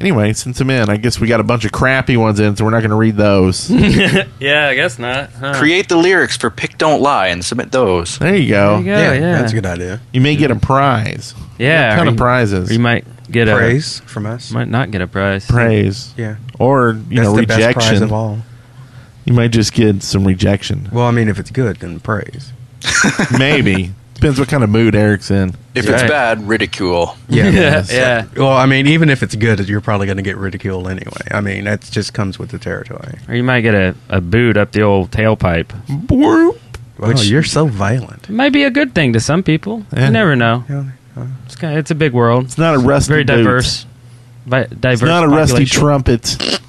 S5: anyway, since I'm in, I guess we got a bunch of crappy ones in, so we're not going to read those.
S4: yeah, I guess not. Huh.
S6: Create the lyrics for Pick Don't Lie and submit those.
S5: there you go.
S4: There
S5: You,
S4: you go. Yeah,
S8: that's a good idea.
S5: may get a prize.
S4: Yeah,
S5: a ton
S4: or
S5: of
S4: you-
S5: prizes.
S4: or You might get
S8: Praise from us.
S4: a might not get a prize.
S5: praise,
S8: Yeah,
S5: or you
S8: that's
S5: know,
S8: the best prize
S5: rejection.
S8: of all.
S5: You might just get some rejection.
S8: Well, I mean, if it's good, then praise.
S5: Maybe depends what kind of mood Eric's in.
S6: If
S4: Yeah.
S6: it's
S4: Right.
S6: bad, ridicule.
S8: Yeah,
S4: Yeah, yeah.
S8: Well, I mean, even if it's good, you're probably going to get ridiculed anyway. I mean, that just comes with the territory.
S4: Or you might get a, a boot up the old tailpipe.
S8: Wow, Oh, you're so violent.
S4: It might be a good thing to some people.
S5: Yeah.
S4: You never know.
S8: Yeah.
S4: It's kind of, it's a big world.
S5: It's not a rusty
S4: Very
S5: boot.
S4: diverse. vi- diverse.
S5: Not a rusty
S4: population.
S5: trumpet.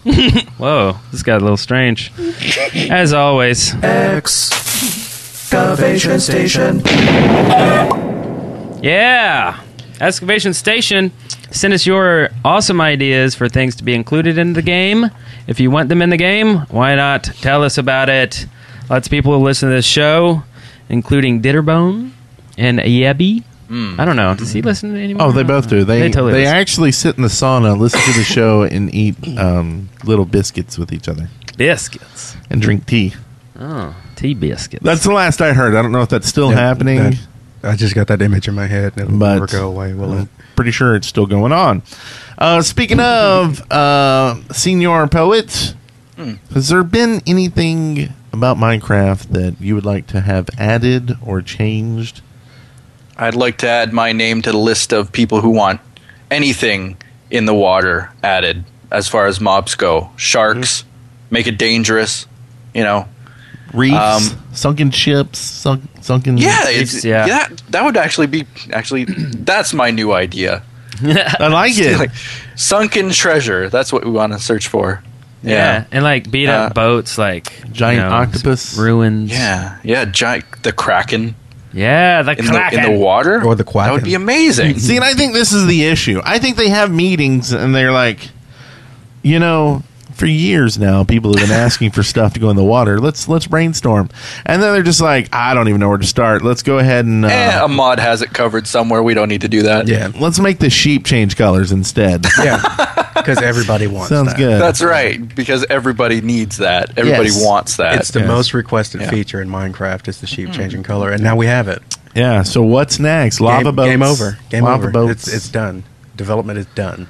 S4: Whoa, this got a little strange. As always,
S2: Excavation station.
S4: yeah. Excavation Station, send us your awesome ideas for things to be included in the game. If you want them in the game, why not tell us about it? Lots of people who listen to this show, including Ditterbone and Yebby. I don't know. Does he listen to anyone?
S5: Oh, they both do. They
S4: They
S5: they,
S4: totally listen.
S5: actually sit in the sauna, listen to the show, and eat um, little biscuits with each other
S4: biscuits.
S5: and drink tea.
S4: Oh, tea biscuits.
S5: That's the last I heard. I don't know if that's still
S8: Yeah,
S5: happening,
S8: that- I just got that image in my head. and It'll
S5: but
S8: never go away, will it?
S5: I'm pretty sure it's still going on. Uh, speaking of uh, senior poet,
S4: Hmm.
S5: has there been anything about Minecraft that you would like to have added or changed?
S6: I'd like to add my name to the list of people who want anything in the water added as far as mobs go. Sharks,
S7: Mm-hmm.
S6: make it dangerous, you know.
S5: Reefs,
S6: Um,
S5: sunken ships, sunk, sunken.
S6: Yeah,
S4: It's-
S6: it's-
S4: yeah.
S6: yeah. that, that would actually be actually that's my new idea.
S5: I like it.
S6: Like sunken treasure, that's what we want to search for.
S4: Yeah. and like beat up
S6: Uh,
S4: boats, like
S5: Giant octopus.
S4: ruins.
S6: Yeah, yeah, giant the kraken
S4: yeah, the
S6: in the,
S4: kraken.
S6: in the water
S8: Or the
S6: That would
S8: quacken.
S6: be amazing.
S5: See, and I think this is the issue. I think they have meetings and they're like, you know, for years now, people have been asking for stuff to go in the water. Let's let's brainstorm, and then they're just like, I don't even know where to start. Let's go ahead and uh,
S6: Eh, a mod has it covered somewhere. We don't need to do that.
S8: Yeah,
S5: let's make the sheep change colors instead.
S8: yeah, because everybody wants.
S5: Sounds
S8: that.
S5: good.
S6: That's right, because everybody needs that. Everybody
S5: Yes.
S6: wants that.
S8: It's the
S5: Yes.
S8: most requested
S6: Yeah.
S8: feature in Minecraft. Is the sheep
S6: Mm-hmm.
S8: changing color, and now we have it.
S5: yeah. So what's next? Lava
S8: game,
S5: boats.
S8: Game over. Game
S5: Lava
S8: over.
S5: boats.
S8: It's, it's done. Development is done.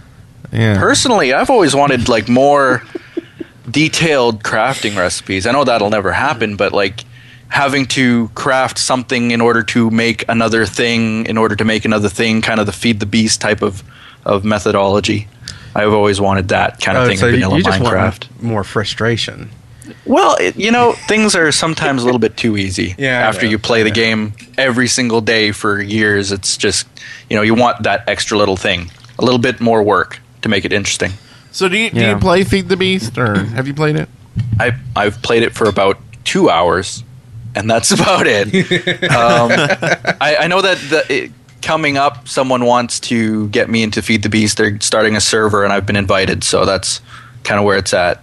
S5: yeah.
S6: Personally, I've always wanted like more detailed crafting recipes. I know that'll never happen, but like having to craft something in order to make another thing, in order to make another thing, kind of the feed the beast type of of methodology. I've always wanted that kind of
S8: Oh,
S6: thing in vanilla Minecraft.
S8: want more frustration.
S6: Well, it, you know, things are sometimes a little bit too easy.
S8: Yeah, I
S6: After
S8: know.
S6: you play the game every single day for years, it's just, you know, you want that extra little thing, a little bit more work to make it interesting.
S5: So do you do
S4: Yeah.
S5: you play Feed the Beast or have you played it?
S6: I I've played it for about two hours, and that's about it. um, I, I know that the, it, coming up, someone wants to get me into Feed the Beast. They're starting a server, and I've been invited, so that's kind of where it's at.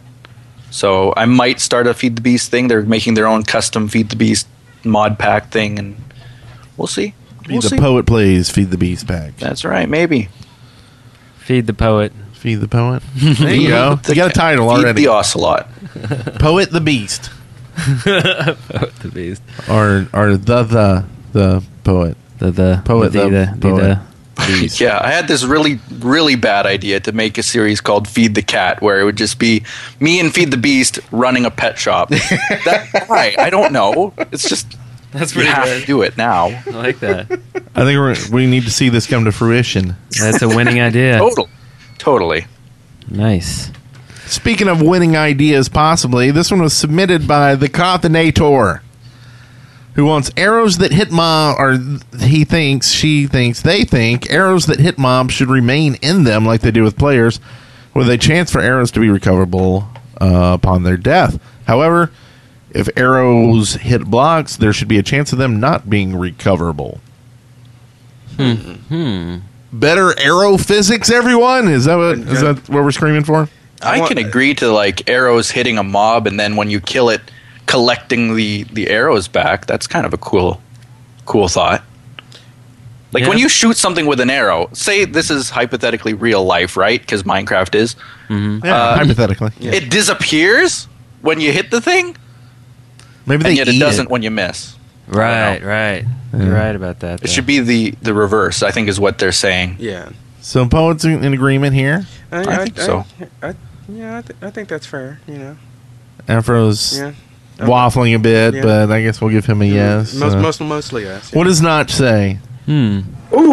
S6: So I might start a Feed the Beast thing. They're making their own custom Feed the Beast mod pack thing, and we'll see. We'll
S5: the
S6: see.
S5: poet plays Feed the Beast pack.
S6: that's right, maybe.
S4: Feed the poet.
S5: Feed the poet. There you go. You got a title
S6: Feed
S5: already.
S6: the ocelot.
S5: poet the Beast.
S4: The beast.
S5: or or the the the poet.
S4: The the
S5: Poet,
S4: The,
S5: the
S4: the,
S5: poet.
S4: the-
S6: Yeah, I had this really, really bad idea to make a series called Feed the Cat, where it would just be me and Feed the Beast running a pet shop. that, why? I don't know. It's just
S4: That's
S6: you
S4: pretty
S6: have to
S4: good.
S6: do it now.
S4: I like that.
S5: I think we're, we need to see this come to fruition.
S4: That's a winning idea.
S6: Total, totally.
S4: Nice.
S5: Speaking of winning ideas, possibly this one was submitted by the Cothinator, who wants arrows that hit mob, or he thinks, she thinks, they think arrows that hit mobs should remain in them like they do with players, with a chance for arrows to be recoverable uh, upon their death. However, if arrows hit blocks, there should be a chance of them not being recoverable. Hmm. Better arrow physics, everyone. Is that what is that what we're screaming for?
S6: I, can agree to like arrows hitting a mob, and then when you kill it, collecting the the arrows back. That's kind of a cool, cool thought. Like
S4: Yeah.
S6: when you shoot something with an arrow, say this is hypothetically real life, right? Because Minecraft is.
S5: Yeah, hypothetically.
S6: It disappears when you hit the thing,
S5: Maybe they
S6: and yet
S5: eat
S6: it doesn't when you miss.
S4: Right, right. You're right about that.
S6: It should be the the reverse, I think, is what they're saying.
S8: Yeah,
S5: So poets in in agreement here.
S8: I,
S6: I think so.
S8: I, yeah, I, th- I think that's fair. You know,
S5: Afro's
S8: yeah.
S5: waffling a bit,
S8: Yeah.
S5: but I guess we'll give him a yes.
S8: most,
S5: Uh,
S8: most, mostly yes.
S5: what does Notch say?
S9: Ooh,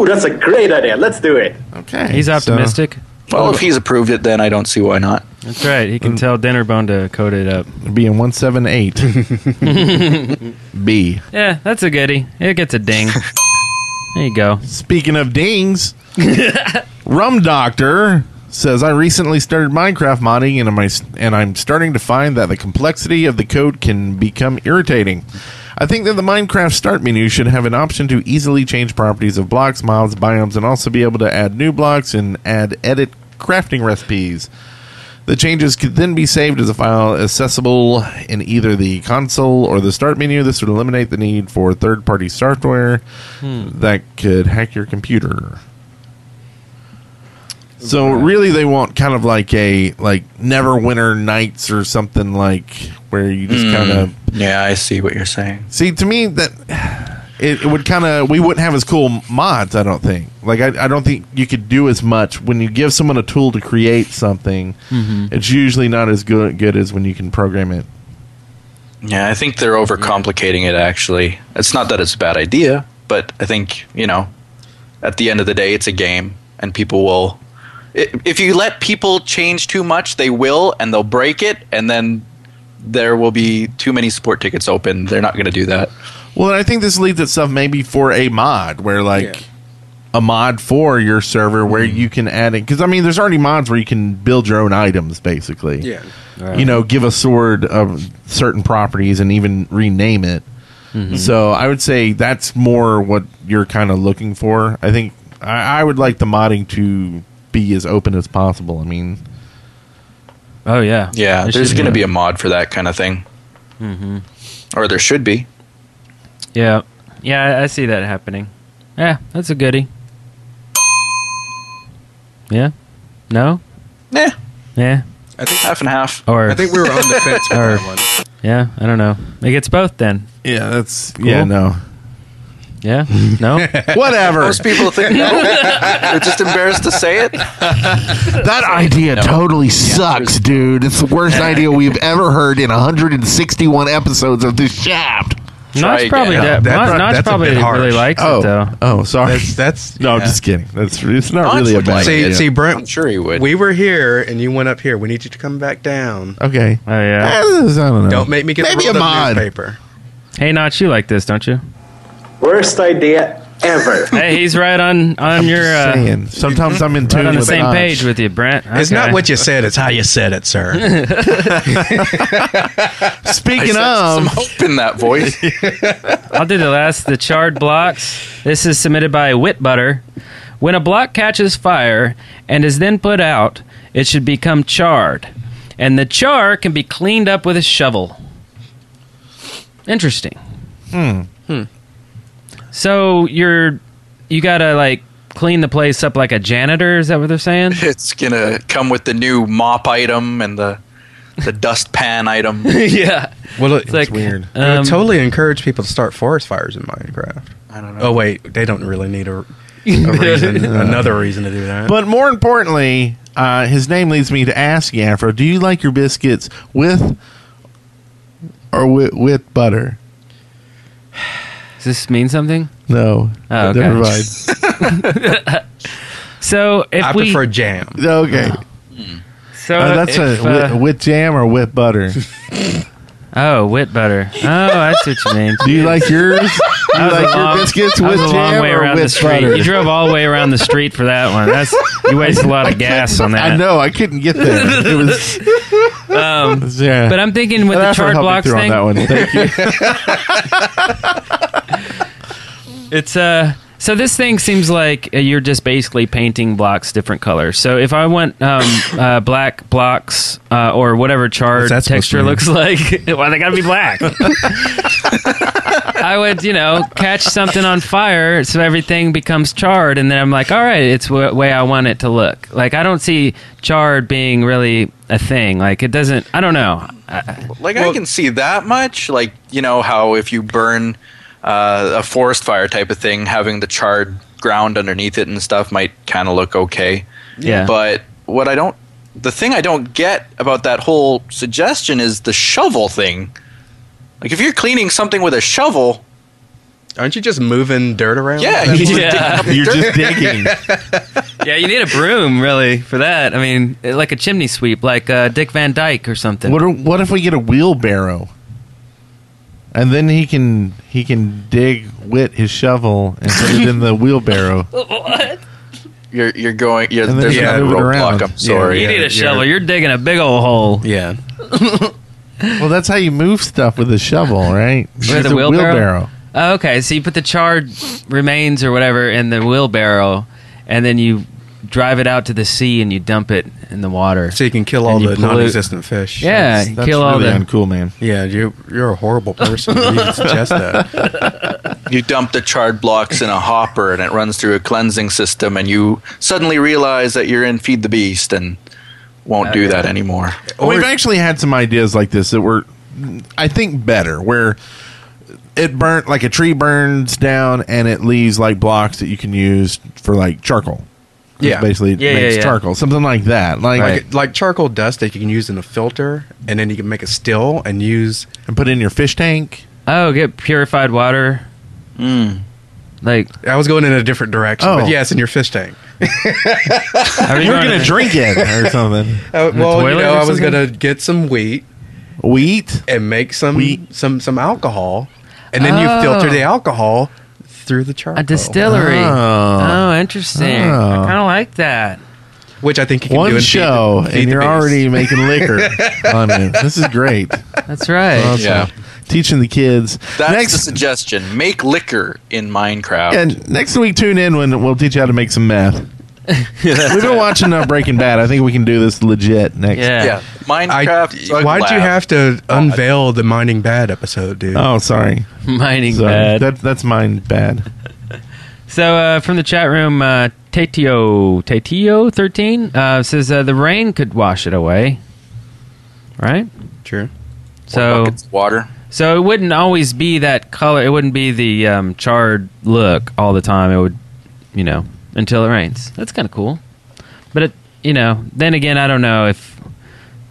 S9: that's a great idea. Let's do it.
S5: Okay,
S4: Hmm. He's
S5: so-
S4: optimistic.
S6: Well, if he's approved it, then I don't see why not.
S4: That's right. He can tell Dinnerbone to code it up.
S5: being one seven eight. B.
S4: Yeah, that's a goodie. It gets a ding. there you go.
S5: Speaking of dings, Rum Doctor says I recently started Minecraft modding and I'm and I'm starting to find that the complexity of the code can become irritating. I think that the Minecraft start menu should have an option to easily change properties of blocks, mobs, biomes, and also be able to add new blocks and add edit crafting recipes. The changes could then be saved as a file accessible in either the console or the start menu. This would eliminate the need for third party software that could hack your computer. So really they want kind of like a like never winter nights or something like where you just kind of
S6: Yeah, I see what you're saying.
S5: See, to me, that it, it would kind of we wouldn't have as cool mods. I don't think. Like, I, I don't think you could do as much when you give someone a tool to create something. It's usually not as good good as when you can program it.
S6: Yeah, I think they're overcomplicating it. Actually, it's not that it's a bad idea, but I think you know, at the end of the day, it's a game, and people will. i- If you let people change too much, they will, and they'll break it, and then there will be too many sport tickets open. They're not going to do that.
S5: Well, and I think this leads itself maybe for a mod where like. A mod for your server where you can add it because I mean, there's already mods where you can build your own items, basically.
S8: Yeah.
S5: you know, give a sword of certain properties and even rename it.
S8: Mm-hmm.
S5: So I would say that's more what you're kind of looking for. I think I, I would like the modding to be as open as possible. I mean,
S4: Oh yeah,
S6: Yeah,
S4: It
S6: there's
S4: should
S6: going to be a mod for that kind of thing, mm-hmm. or there should be.
S4: Yeah, yeah, I, I see that happening. Yeah, that's a goodie. Yeah, no,
S6: Eh,
S4: yeah,
S8: I think
S6: half and half.
S4: or
S8: I think we were on the fence with
S4: Or-
S8: that one.
S4: yeah, I don't know. It gets both then.
S5: yeah, that's yeah,
S4: Cool.
S5: no,
S4: Yeah, no,
S5: whatever.
S6: Most people think no. They're just embarrassed to say it.
S5: that idea totally sucks, dude. It's the worst idea we've ever heard in 161 episodes of this shaft.
S4: Notch
S6: again.
S4: probably
S6: Yeah,
S4: de-
S8: that's
S4: Notch-
S8: not-
S4: Notch
S8: that's a
S4: probably
S8: bit harsh.
S4: really likes it though.
S5: Oh, oh, sorry.
S8: That's that's
S5: no, I'm
S8: yeah.
S5: just kidding. That's it's not
S6: Notch
S5: really a
S6: would
S5: bad
S6: like
S8: see
S5: idea.
S8: see
S6: I'm
S8: Brent.
S6: sure he would.
S8: We were here and you went up here. We need you to come back down.
S5: okay.
S4: Oh yeah.
S5: Eh, this is- I don't know.
S8: Don't make me get
S5: Maybe
S8: the
S5: a
S8: rolled up
S5: mod.
S8: newspaper.
S4: Hey Notch, you like this, don't you?
S9: Worst idea ever.
S4: Hey, he's right on on your uh, right
S5: saying. Sometimes I'm in tune
S4: on the
S5: with
S4: same
S5: Notch.
S4: page with you, Brent.
S8: It's not
S4: Okay.
S8: what you said, it's how you said it, sir.
S6: I
S5: Speaking
S6: sense
S5: of,
S6: some hope in that voice.
S4: I'll do the last, the charred blocks. This is submitted by Whitbutter. When a block catches fire and is then put out, it should become charred, and the char can be cleaned up with a shovel. Interesting. Hmm. Hmm. So you're you gotta like clean the place up like a janitor. Is that what they're saying?
S6: it's gonna come with the new mop item and the the dust pan item.
S4: yeah.
S8: well, it,
S4: It's like
S5: weird.
S8: it would
S4: um,
S8: totally encourage people to start forest fires in Minecraft.
S6: I don't know.
S8: Oh wait, they don't really need a, a reason, another reason to do that.
S5: But more importantly, uh, his name leads me to ask you, Afro, do you like your biscuits with or with, with butter?
S4: Does this mean something?
S5: No.
S4: Oh, okay.
S5: Never mind.
S4: So if
S8: I
S4: we
S8: prefer jam.
S5: Okay.
S4: so
S5: Uh, that's
S4: if,
S5: a
S4: uh,
S5: with, with jam or with butter.
S4: oh wit butter. Oh, I see what you mean.
S5: Do you like yours? Do you
S4: was a
S5: like your
S4: long-
S5: biscuits
S4: That
S5: with
S4: was a long
S5: jam
S4: way
S5: or
S4: around the
S5: with
S4: street.
S5: butter?
S4: You drove all the way around the street for that one. That's you wasted a lot of gas on that.
S5: I know. I couldn't get there. It was. yeah.
S4: Um, But I'm thinking with
S5: But
S4: the
S5: Afro
S4: chart
S5: helped me
S4: blocks
S5: through on
S4: thing,
S5: that one. Thank you.
S4: it's uh so this thing seems like uh, you're just basically painting blocks different colors. So if I want um, uh, black blocks uh, or whatever charred
S8: that supposed
S4: texture
S8: to mean?
S4: looks like, why they gotta be black? I would, you know, catch something on fire so everything becomes charred, and then I'm like, all right, it's the way I want it to look. Like I don't see charred being really a thing. Like it doesn't. I don't know.
S6: Like I can see that much. Like you know how if you burn uh, a forest fire type of thing, having the charred ground underneath it and stuff might kind of look okay.
S4: Yeah.
S6: But what I don't, the thing I don't get about that whole suggestion is the shovel thing. Like if you're cleaning something with a shovel,
S8: Aren't you just moving dirt around?
S6: yeah, you
S4: Yeah.
S6: just dig up
S5: You're
S6: dirt.
S5: just digging.
S4: Yeah, you need a broom really for that. I mean, like a chimney sweep, like uh, Dick Van Dyke or something.
S5: What if- what if we get a wheelbarrow? And then he can he can dig with his shovel and put it in the wheelbarrow.
S6: You're you're going. You're,
S5: And then
S6: there's
S5: you
S6: another
S5: move it
S6: roadblock.
S5: around.
S6: I'm sorry.
S4: you need a shovel. You're digging a big old hole.
S8: Yeah.
S5: Well, that's how you move stuff with a shovel, right?
S4: With a wheelbarrow? Oh, okay, so you put the charred remains or whatever in the wheelbarrow, and then you drive it out to the sea and you dump it in the water.
S8: So you can kill all
S4: And you
S8: the
S4: pollute-
S8: non-existent fish.
S4: Yeah,
S5: That's
S4: kill all
S5: really
S4: the.
S5: uncool, man.
S8: Yeah, you you're a horrible person. if you even suggest that.
S6: You dump the charred blocks in a hopper, and it runs through a cleansing system, and you suddenly realize that you're in Feed the Beast, and won't do that anymore.
S5: We've actually had some ideas like this that were, I think, better. Where it burnt like a tree burns down and it leaves like blocks that you can use for like charcoal.
S8: Yeah.
S5: basically it
S4: Yeah, yeah,
S5: makes
S4: yeah.
S5: charcoal, something like that. Like,
S8: Like, like charcoal dust that you can use in a filter, and then you can make a still and use.
S5: and put it in your fish tank.
S4: Oh, get purified water. Like
S8: I was going in a different direction,
S5: Oh.
S8: but yes, in your fish tank.
S4: I was
S5: You're
S4: going
S5: gonna
S4: to-
S5: drink it or something.
S8: Uh,
S4: In the
S8: well, you
S4: toilet
S8: know,
S4: or
S8: I was
S4: something?
S8: gonna get some wheat
S5: Wheat.
S8: and make some
S5: Wheat.
S8: some some alcohol, and then
S4: Oh.
S8: you filter the alcohol through the charcoal,
S4: a distillery.
S5: Oh.
S4: Oh, interesting.
S5: Oh.
S4: I kind of like that.
S8: which I think you can do
S5: One
S8: in
S5: show,
S8: feed the, feed
S5: and
S8: the
S5: you're
S8: beast.
S5: already making liquor on it. This is great.
S4: That's right.
S5: Awesome.
S6: Yeah.
S5: Teaching the kids.
S6: That's the
S5: next,
S6: suggestion. Make liquor in Minecraft.
S5: and next week, tune in when we'll teach you how to make some meth. We've been watching uh, Breaking Bad. I think we can do this legit next.
S4: yeah.
S6: yeah, Minecraft.
S8: I,
S6: drug
S8: why'd you
S6: lab.
S8: have to unveil the mining bad episode, dude?
S5: Oh, sorry.
S4: Mining
S5: sorry.
S4: bad.
S5: That, that's mine bad.
S4: So uh, from the chat room, uh, Tatio Tatio thirteen uh, says uh, the rain could wash it away. Right.
S8: True.
S4: So
S6: buckets of water?
S4: so it wouldn't always be that color. It wouldn't be the um, charred look all the time. It would, you know, until it rains. That's kind of cool. But it, you know, then again, I don't know if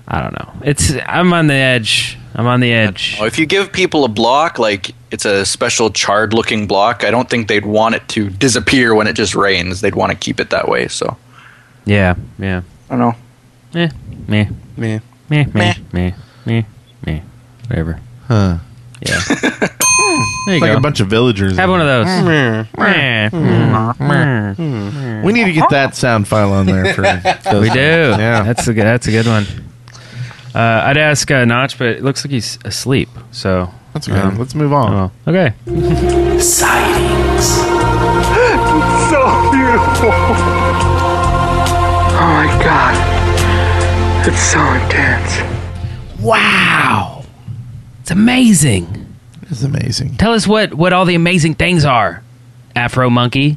S4: I don't know. It's I'm on the edge. I'm on the edge.
S6: Oh, If you give people a block, like it's a special charred looking block, I don't think they'd want it to disappear when it just rains. They'd want to keep it that way. So,
S4: Yeah. Yeah.
S6: I don't know.
S4: Eh. Meh.
S8: Yeah.
S4: Meh. Meh. Meh. Meh. Meh. Whatever.
S5: Huh.
S4: Yeah. there you
S5: Like
S4: go.
S5: a bunch of villagers.
S4: Have
S5: in
S4: one of
S5: there.
S4: those.
S5: Hmm.
S4: Mm.
S5: We need to get that sound file on there. For those-
S4: we do.
S5: Yeah.
S4: That's a good. That's a good one. Uh, I'd ask uh, Notch, but it looks like he's asleep. So.
S5: That's good. Let's move on.
S4: Oh. Okay.
S9: It's so intense.
S4: Wow. It's amazing.
S5: It's amazing.
S4: Tell us what what all the amazing things are. Afro monkey.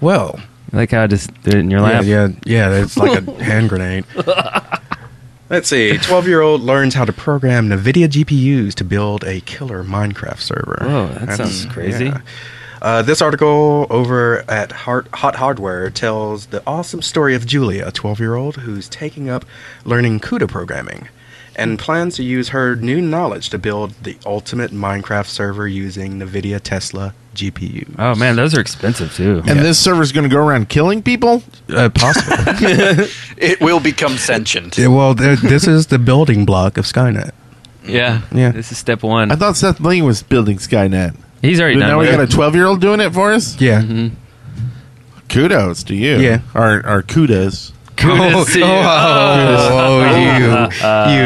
S8: Well,
S4: like how I just did it in your
S8: yeah,
S4: lap.
S8: yeah, yeah. It's like a hand grenade. Let's see. Twelve-year-old learns how to program NVIDIA GPUs to build a killer Minecraft server.
S4: Whoa, that sounds crazy.
S8: Uh, this article over at Heart, Hot Hardware tells the awesome story of Julia, a 12 year old who's taking up learning CUDA programming and plans to use her new knowledge to build the ultimate Minecraft server using NVIDIA Tesla GPU.
S4: Oh man, those are expensive too.
S5: And this server's going to go around killing people?
S8: Uh, possible.
S6: It will become sentient.
S8: yeah, well, th- this is the building block of Skynet.
S4: Yeah.
S8: Yeah.
S4: This is step one.
S5: I thought Seth Lane was building Skynet.
S4: He's already
S5: But
S4: done.
S5: now we
S4: with
S5: got
S4: it.
S5: a 12 year old doing it for us?
S8: Yeah.
S4: Mm-hmm.
S5: Kudos to you.
S8: Yeah.
S5: Our, our kudos.
S8: Oh,
S4: Kudos to you.
S8: oh, oh, you. you.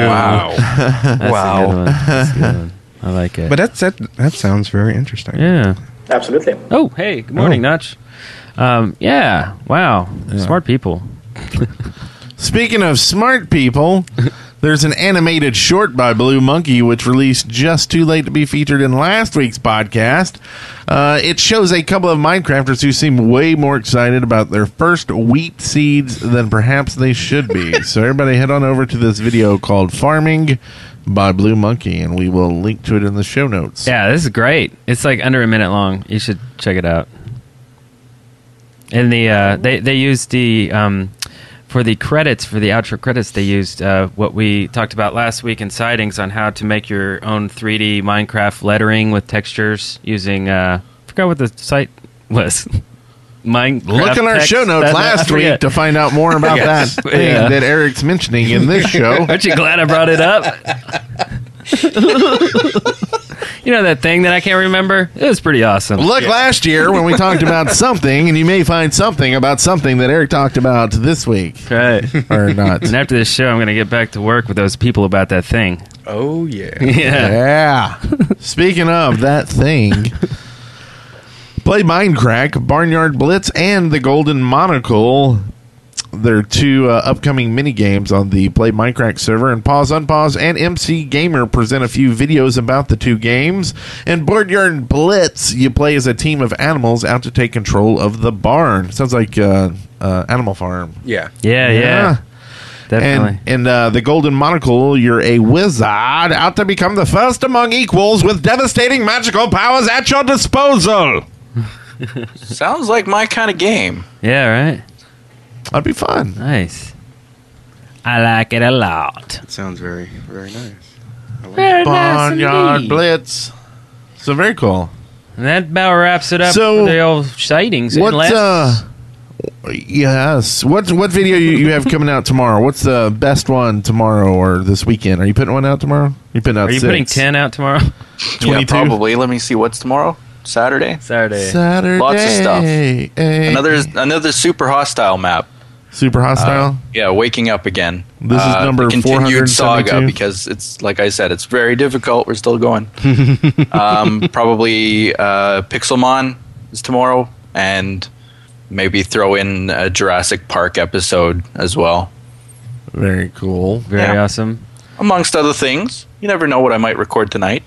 S8: Wow.
S4: That's a good
S8: wow.
S4: one. That's a good one. I like it.
S8: But that's, that, that sounds very interesting.
S4: yeah.
S9: Absolutely.
S4: Oh, hey, good morning, Notch. Um, yeah. Wow. Smart people.
S5: Speaking of smart people, there's an animated short by Blue Monkey, which released just too late to be featured in last week's podcast. Uh, it shows a couple of Minecrafters who seem way more excited about their first wheat seeds than perhaps they should be. so, everybody head on over to this video called Farming by Blue Monkey, and we will link to it in the show notes.
S4: Yeah, this is great. It's like under a minute long. You should check it out. And the uh, they they used the um, for the credits for the outro credits they used uh, what we talked about last week in sightings on how to make your own 3D Minecraft lettering with textures using uh, I forgot what the site was. Minecraft.
S5: Look in our
S4: text-
S5: show notes
S4: I
S5: last week
S4: forget.
S5: to find out more about that thing
S4: Yeah.
S5: that Eric's mentioning in this show.
S4: Aren't you glad I brought it up? You know that thing that I can't remember? It was pretty awesome.
S5: Look, last year when we talked about something, and you may find something about something that Eric talked about this week
S4: Right.
S5: or not.
S4: and after this show, I'm going to get back to work with those people about that thing.
S8: Oh yeah.
S4: Yeah.
S5: Yeah. Speaking of that thing, play Mindcrack, Barnyard Blitz, and the Golden Monocle. They're two uh, upcoming mini games on the Play Minecraft server, and Pause Unpause and MC Gamer present a few videos about the two games. And Barnyard Blitz, you play as a team of animals out to take control of the barn. Sounds like uh, uh, Animal Farm.
S8: Yeah.
S4: Yeah, yeah. Definitely.
S5: And in uh, the Golden Monocle, you're a wizard out to become the first among equals with devastating magical powers at your disposal.
S6: Sounds like my kind of game.
S4: yeah, right?
S5: That'd be fun.
S4: Nice. I like it a lot.
S8: Sounds very very nice.
S5: Barnyard Blitz. So very cool.
S4: And that about wraps it up
S5: So,
S4: for the old sightings.
S5: What?
S4: and last-
S5: Uh, yes. What? What video you, you have coming out tomorrow? What's the best one tomorrow or this weekend? Are you putting one out tomorrow? You putting out?
S4: Are you
S5: six.
S4: putting 10 out tomorrow?
S6: Yeah,
S5: 22?
S6: probably. Let me see what's tomorrow. Saturday.
S4: Saturday.
S5: Saturday.
S6: Lots of stuff.
S5: eh,
S6: Another another super hostile map.
S5: super hostile.
S6: Yeah, waking up again. Uh,
S5: This is
S6: the
S5: number 472.
S6: continued saga because it's like I said, it's very difficult. We're still going. um, probably uh, Pixelmon is tomorrow, and maybe throw in a Jurassic Park episode as well,
S5: very cool.
S4: Very
S6: Yeah.
S4: awesome.
S6: amongst other things. You never know what I might record tonight.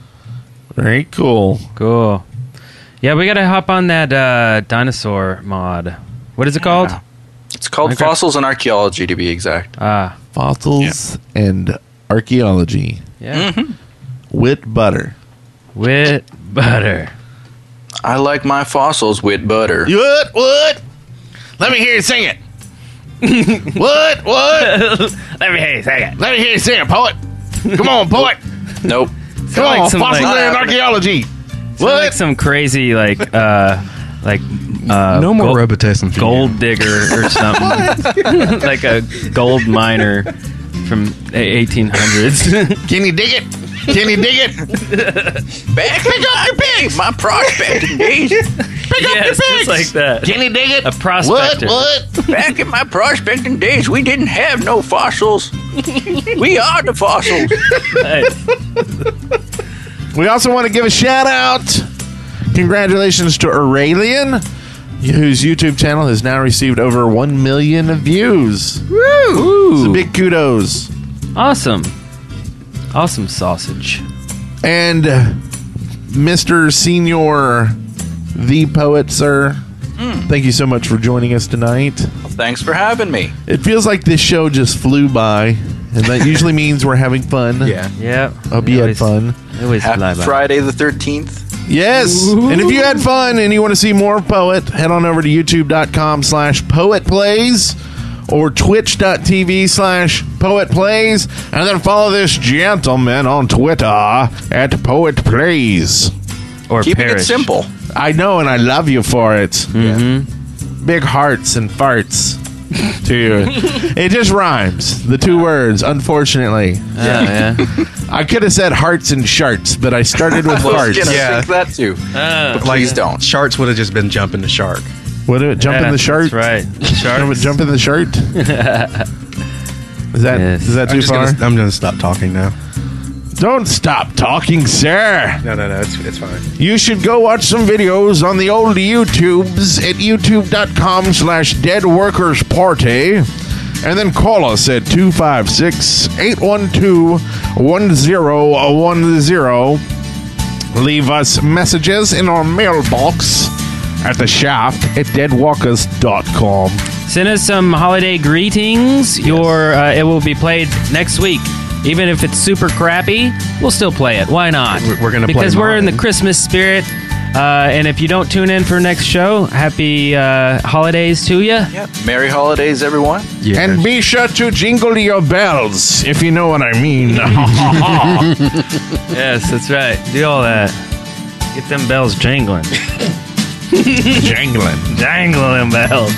S6: Uh,
S5: Very cool.
S4: Cool. Yeah, we got to hop on that uh, dinosaur mod. What is it called?
S6: It's called
S4: Okay.
S6: Fossils and Archaeology, to be exact.
S4: Ah,
S5: fossils and archaeology
S4: yeah.
S5: with butter.
S4: With butter.
S6: I like my fossils with butter.
S5: What? What? Let me hear you sing it. what? What?
S4: Let me hear you say it.
S5: Let me hear you sing it, poet. Come on, poet.
S6: Nope.
S5: Come
S4: like
S5: on,
S4: some,
S5: fossils
S4: like-
S5: and archaeology.
S4: Like
S5: What?
S4: some crazy like uh like uh
S7: no more
S4: gold,
S7: repetition. for you.
S4: gold digger or something. like a gold miner from a- 1800s.
S5: Can you dig it? Can you dig it?
S6: Back up your pigs, my prospect engaged.
S4: yes, just like that.
S5: Can you dig it?
S4: A
S5: What?
S4: prospector.
S5: What?
S6: Back in my prospecting days, we didn't have no fossils. we are the fossils.
S4: Nice.
S5: We also want to give a shout out. Congratulations to Aurelian, whose YouTube channel has now received over 1 million views. Woo! So big kudos.
S4: Awesome. Awesome sausage.
S5: and uh, Mr. Senior, the poet, sir. Thank you so much for joining us tonight.
S6: Thanks for having me.
S5: It feels like this show just flew by, and that usually means we're having fun.
S8: Yeah.
S4: Yeah.
S5: Hope you had fun.
S4: It was
S6: Happy
S4: fly by.
S6: Friday the 13th.
S5: Yes. And if you had fun and you want to see more of Poet, head on over to youtube.com slash poetplays or twitch.tv slash poetplays. And then follow this gentleman on Twitter at poetplays.
S4: Or
S6: Keeping
S4: perish.
S6: it simple.
S5: I know, and I love you for it. Big hearts and farts to you. it just rhymes. The two words, unfortunately.
S4: Oh, Yeah, yeah.
S5: I could have said hearts and sharts, but I started with
S6: I was
S5: farts.
S6: gonna
S8: Yeah.
S6: think that too.
S4: Ah,
S6: Please don't.
S8: Sharks would have just been jumping the shark.
S5: What do it- jump
S4: yeah,
S5: in the shirt?
S4: That's right. Sharks.
S5: Jump in the shirt. Is that
S4: Yes.
S5: is that
S7: I'm
S5: too
S7: just
S5: far?
S7: gonna, I'm gonna stop talking now.
S5: Don't stop talking, sir.
S8: No, no, no. It's it's fine.
S5: You should go watch some videos on the old YouTubes at youtube.com slash dead workers party. And then call us at 256 812 1010. Leave us messages in our mailbox at the shop at deadwalkers.com.
S4: Send us some holiday greetings. Your uh, it will be played next week. Even if it's super crappy, we'll still play it. Why not?
S7: We're- we're gonna play
S4: because we're in the
S7: mine.
S4: Christmas spirit. Uh, and if you don't tune in for next show, happy uh, holidays to you.
S6: Yeah. Merry holidays, everyone.
S7: Yeah.
S5: And be sure to jingle your bells, if you know what I mean.
S4: Yes, that's right. Do all that. Get them bells jangling.
S5: Jangling.
S4: jangling bells.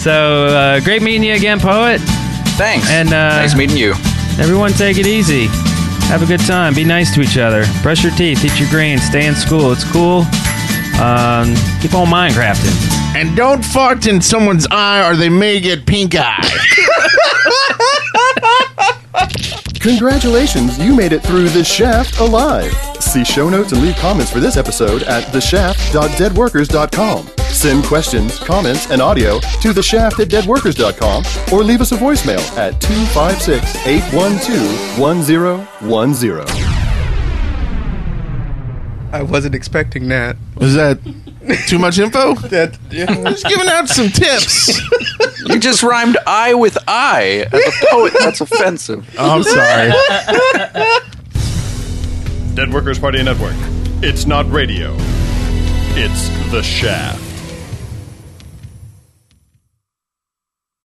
S4: So uh, great meeting you again, poet.
S6: Thanks.
S4: And, uh,
S6: nice meeting you.
S4: Everyone, take it easy. Have a good time. Be nice to each other. Brush your teeth. Eat your greens. Stay in school. It's cool. Um, keep on Minecrafting.
S5: And don't fart in someone's eye or they may get pink eye.
S3: Congratulations, you made it through The Shaft alive. See show notes and leave comments for this episode at theshaft.deadworkers.com. Send questions, comments, and audio to theshaft at deadworkers.com or leave us a voicemail at 256 812 1010.
S8: I wasn't expecting that.
S5: Is that too much info?
S8: That yeah.
S5: Just giving out some tips.
S6: You just rhymed I with I. As a poet, that's offensive.
S5: I'm sorry.
S3: Dead Workers Party Network. It's not radio. It's The Shaft.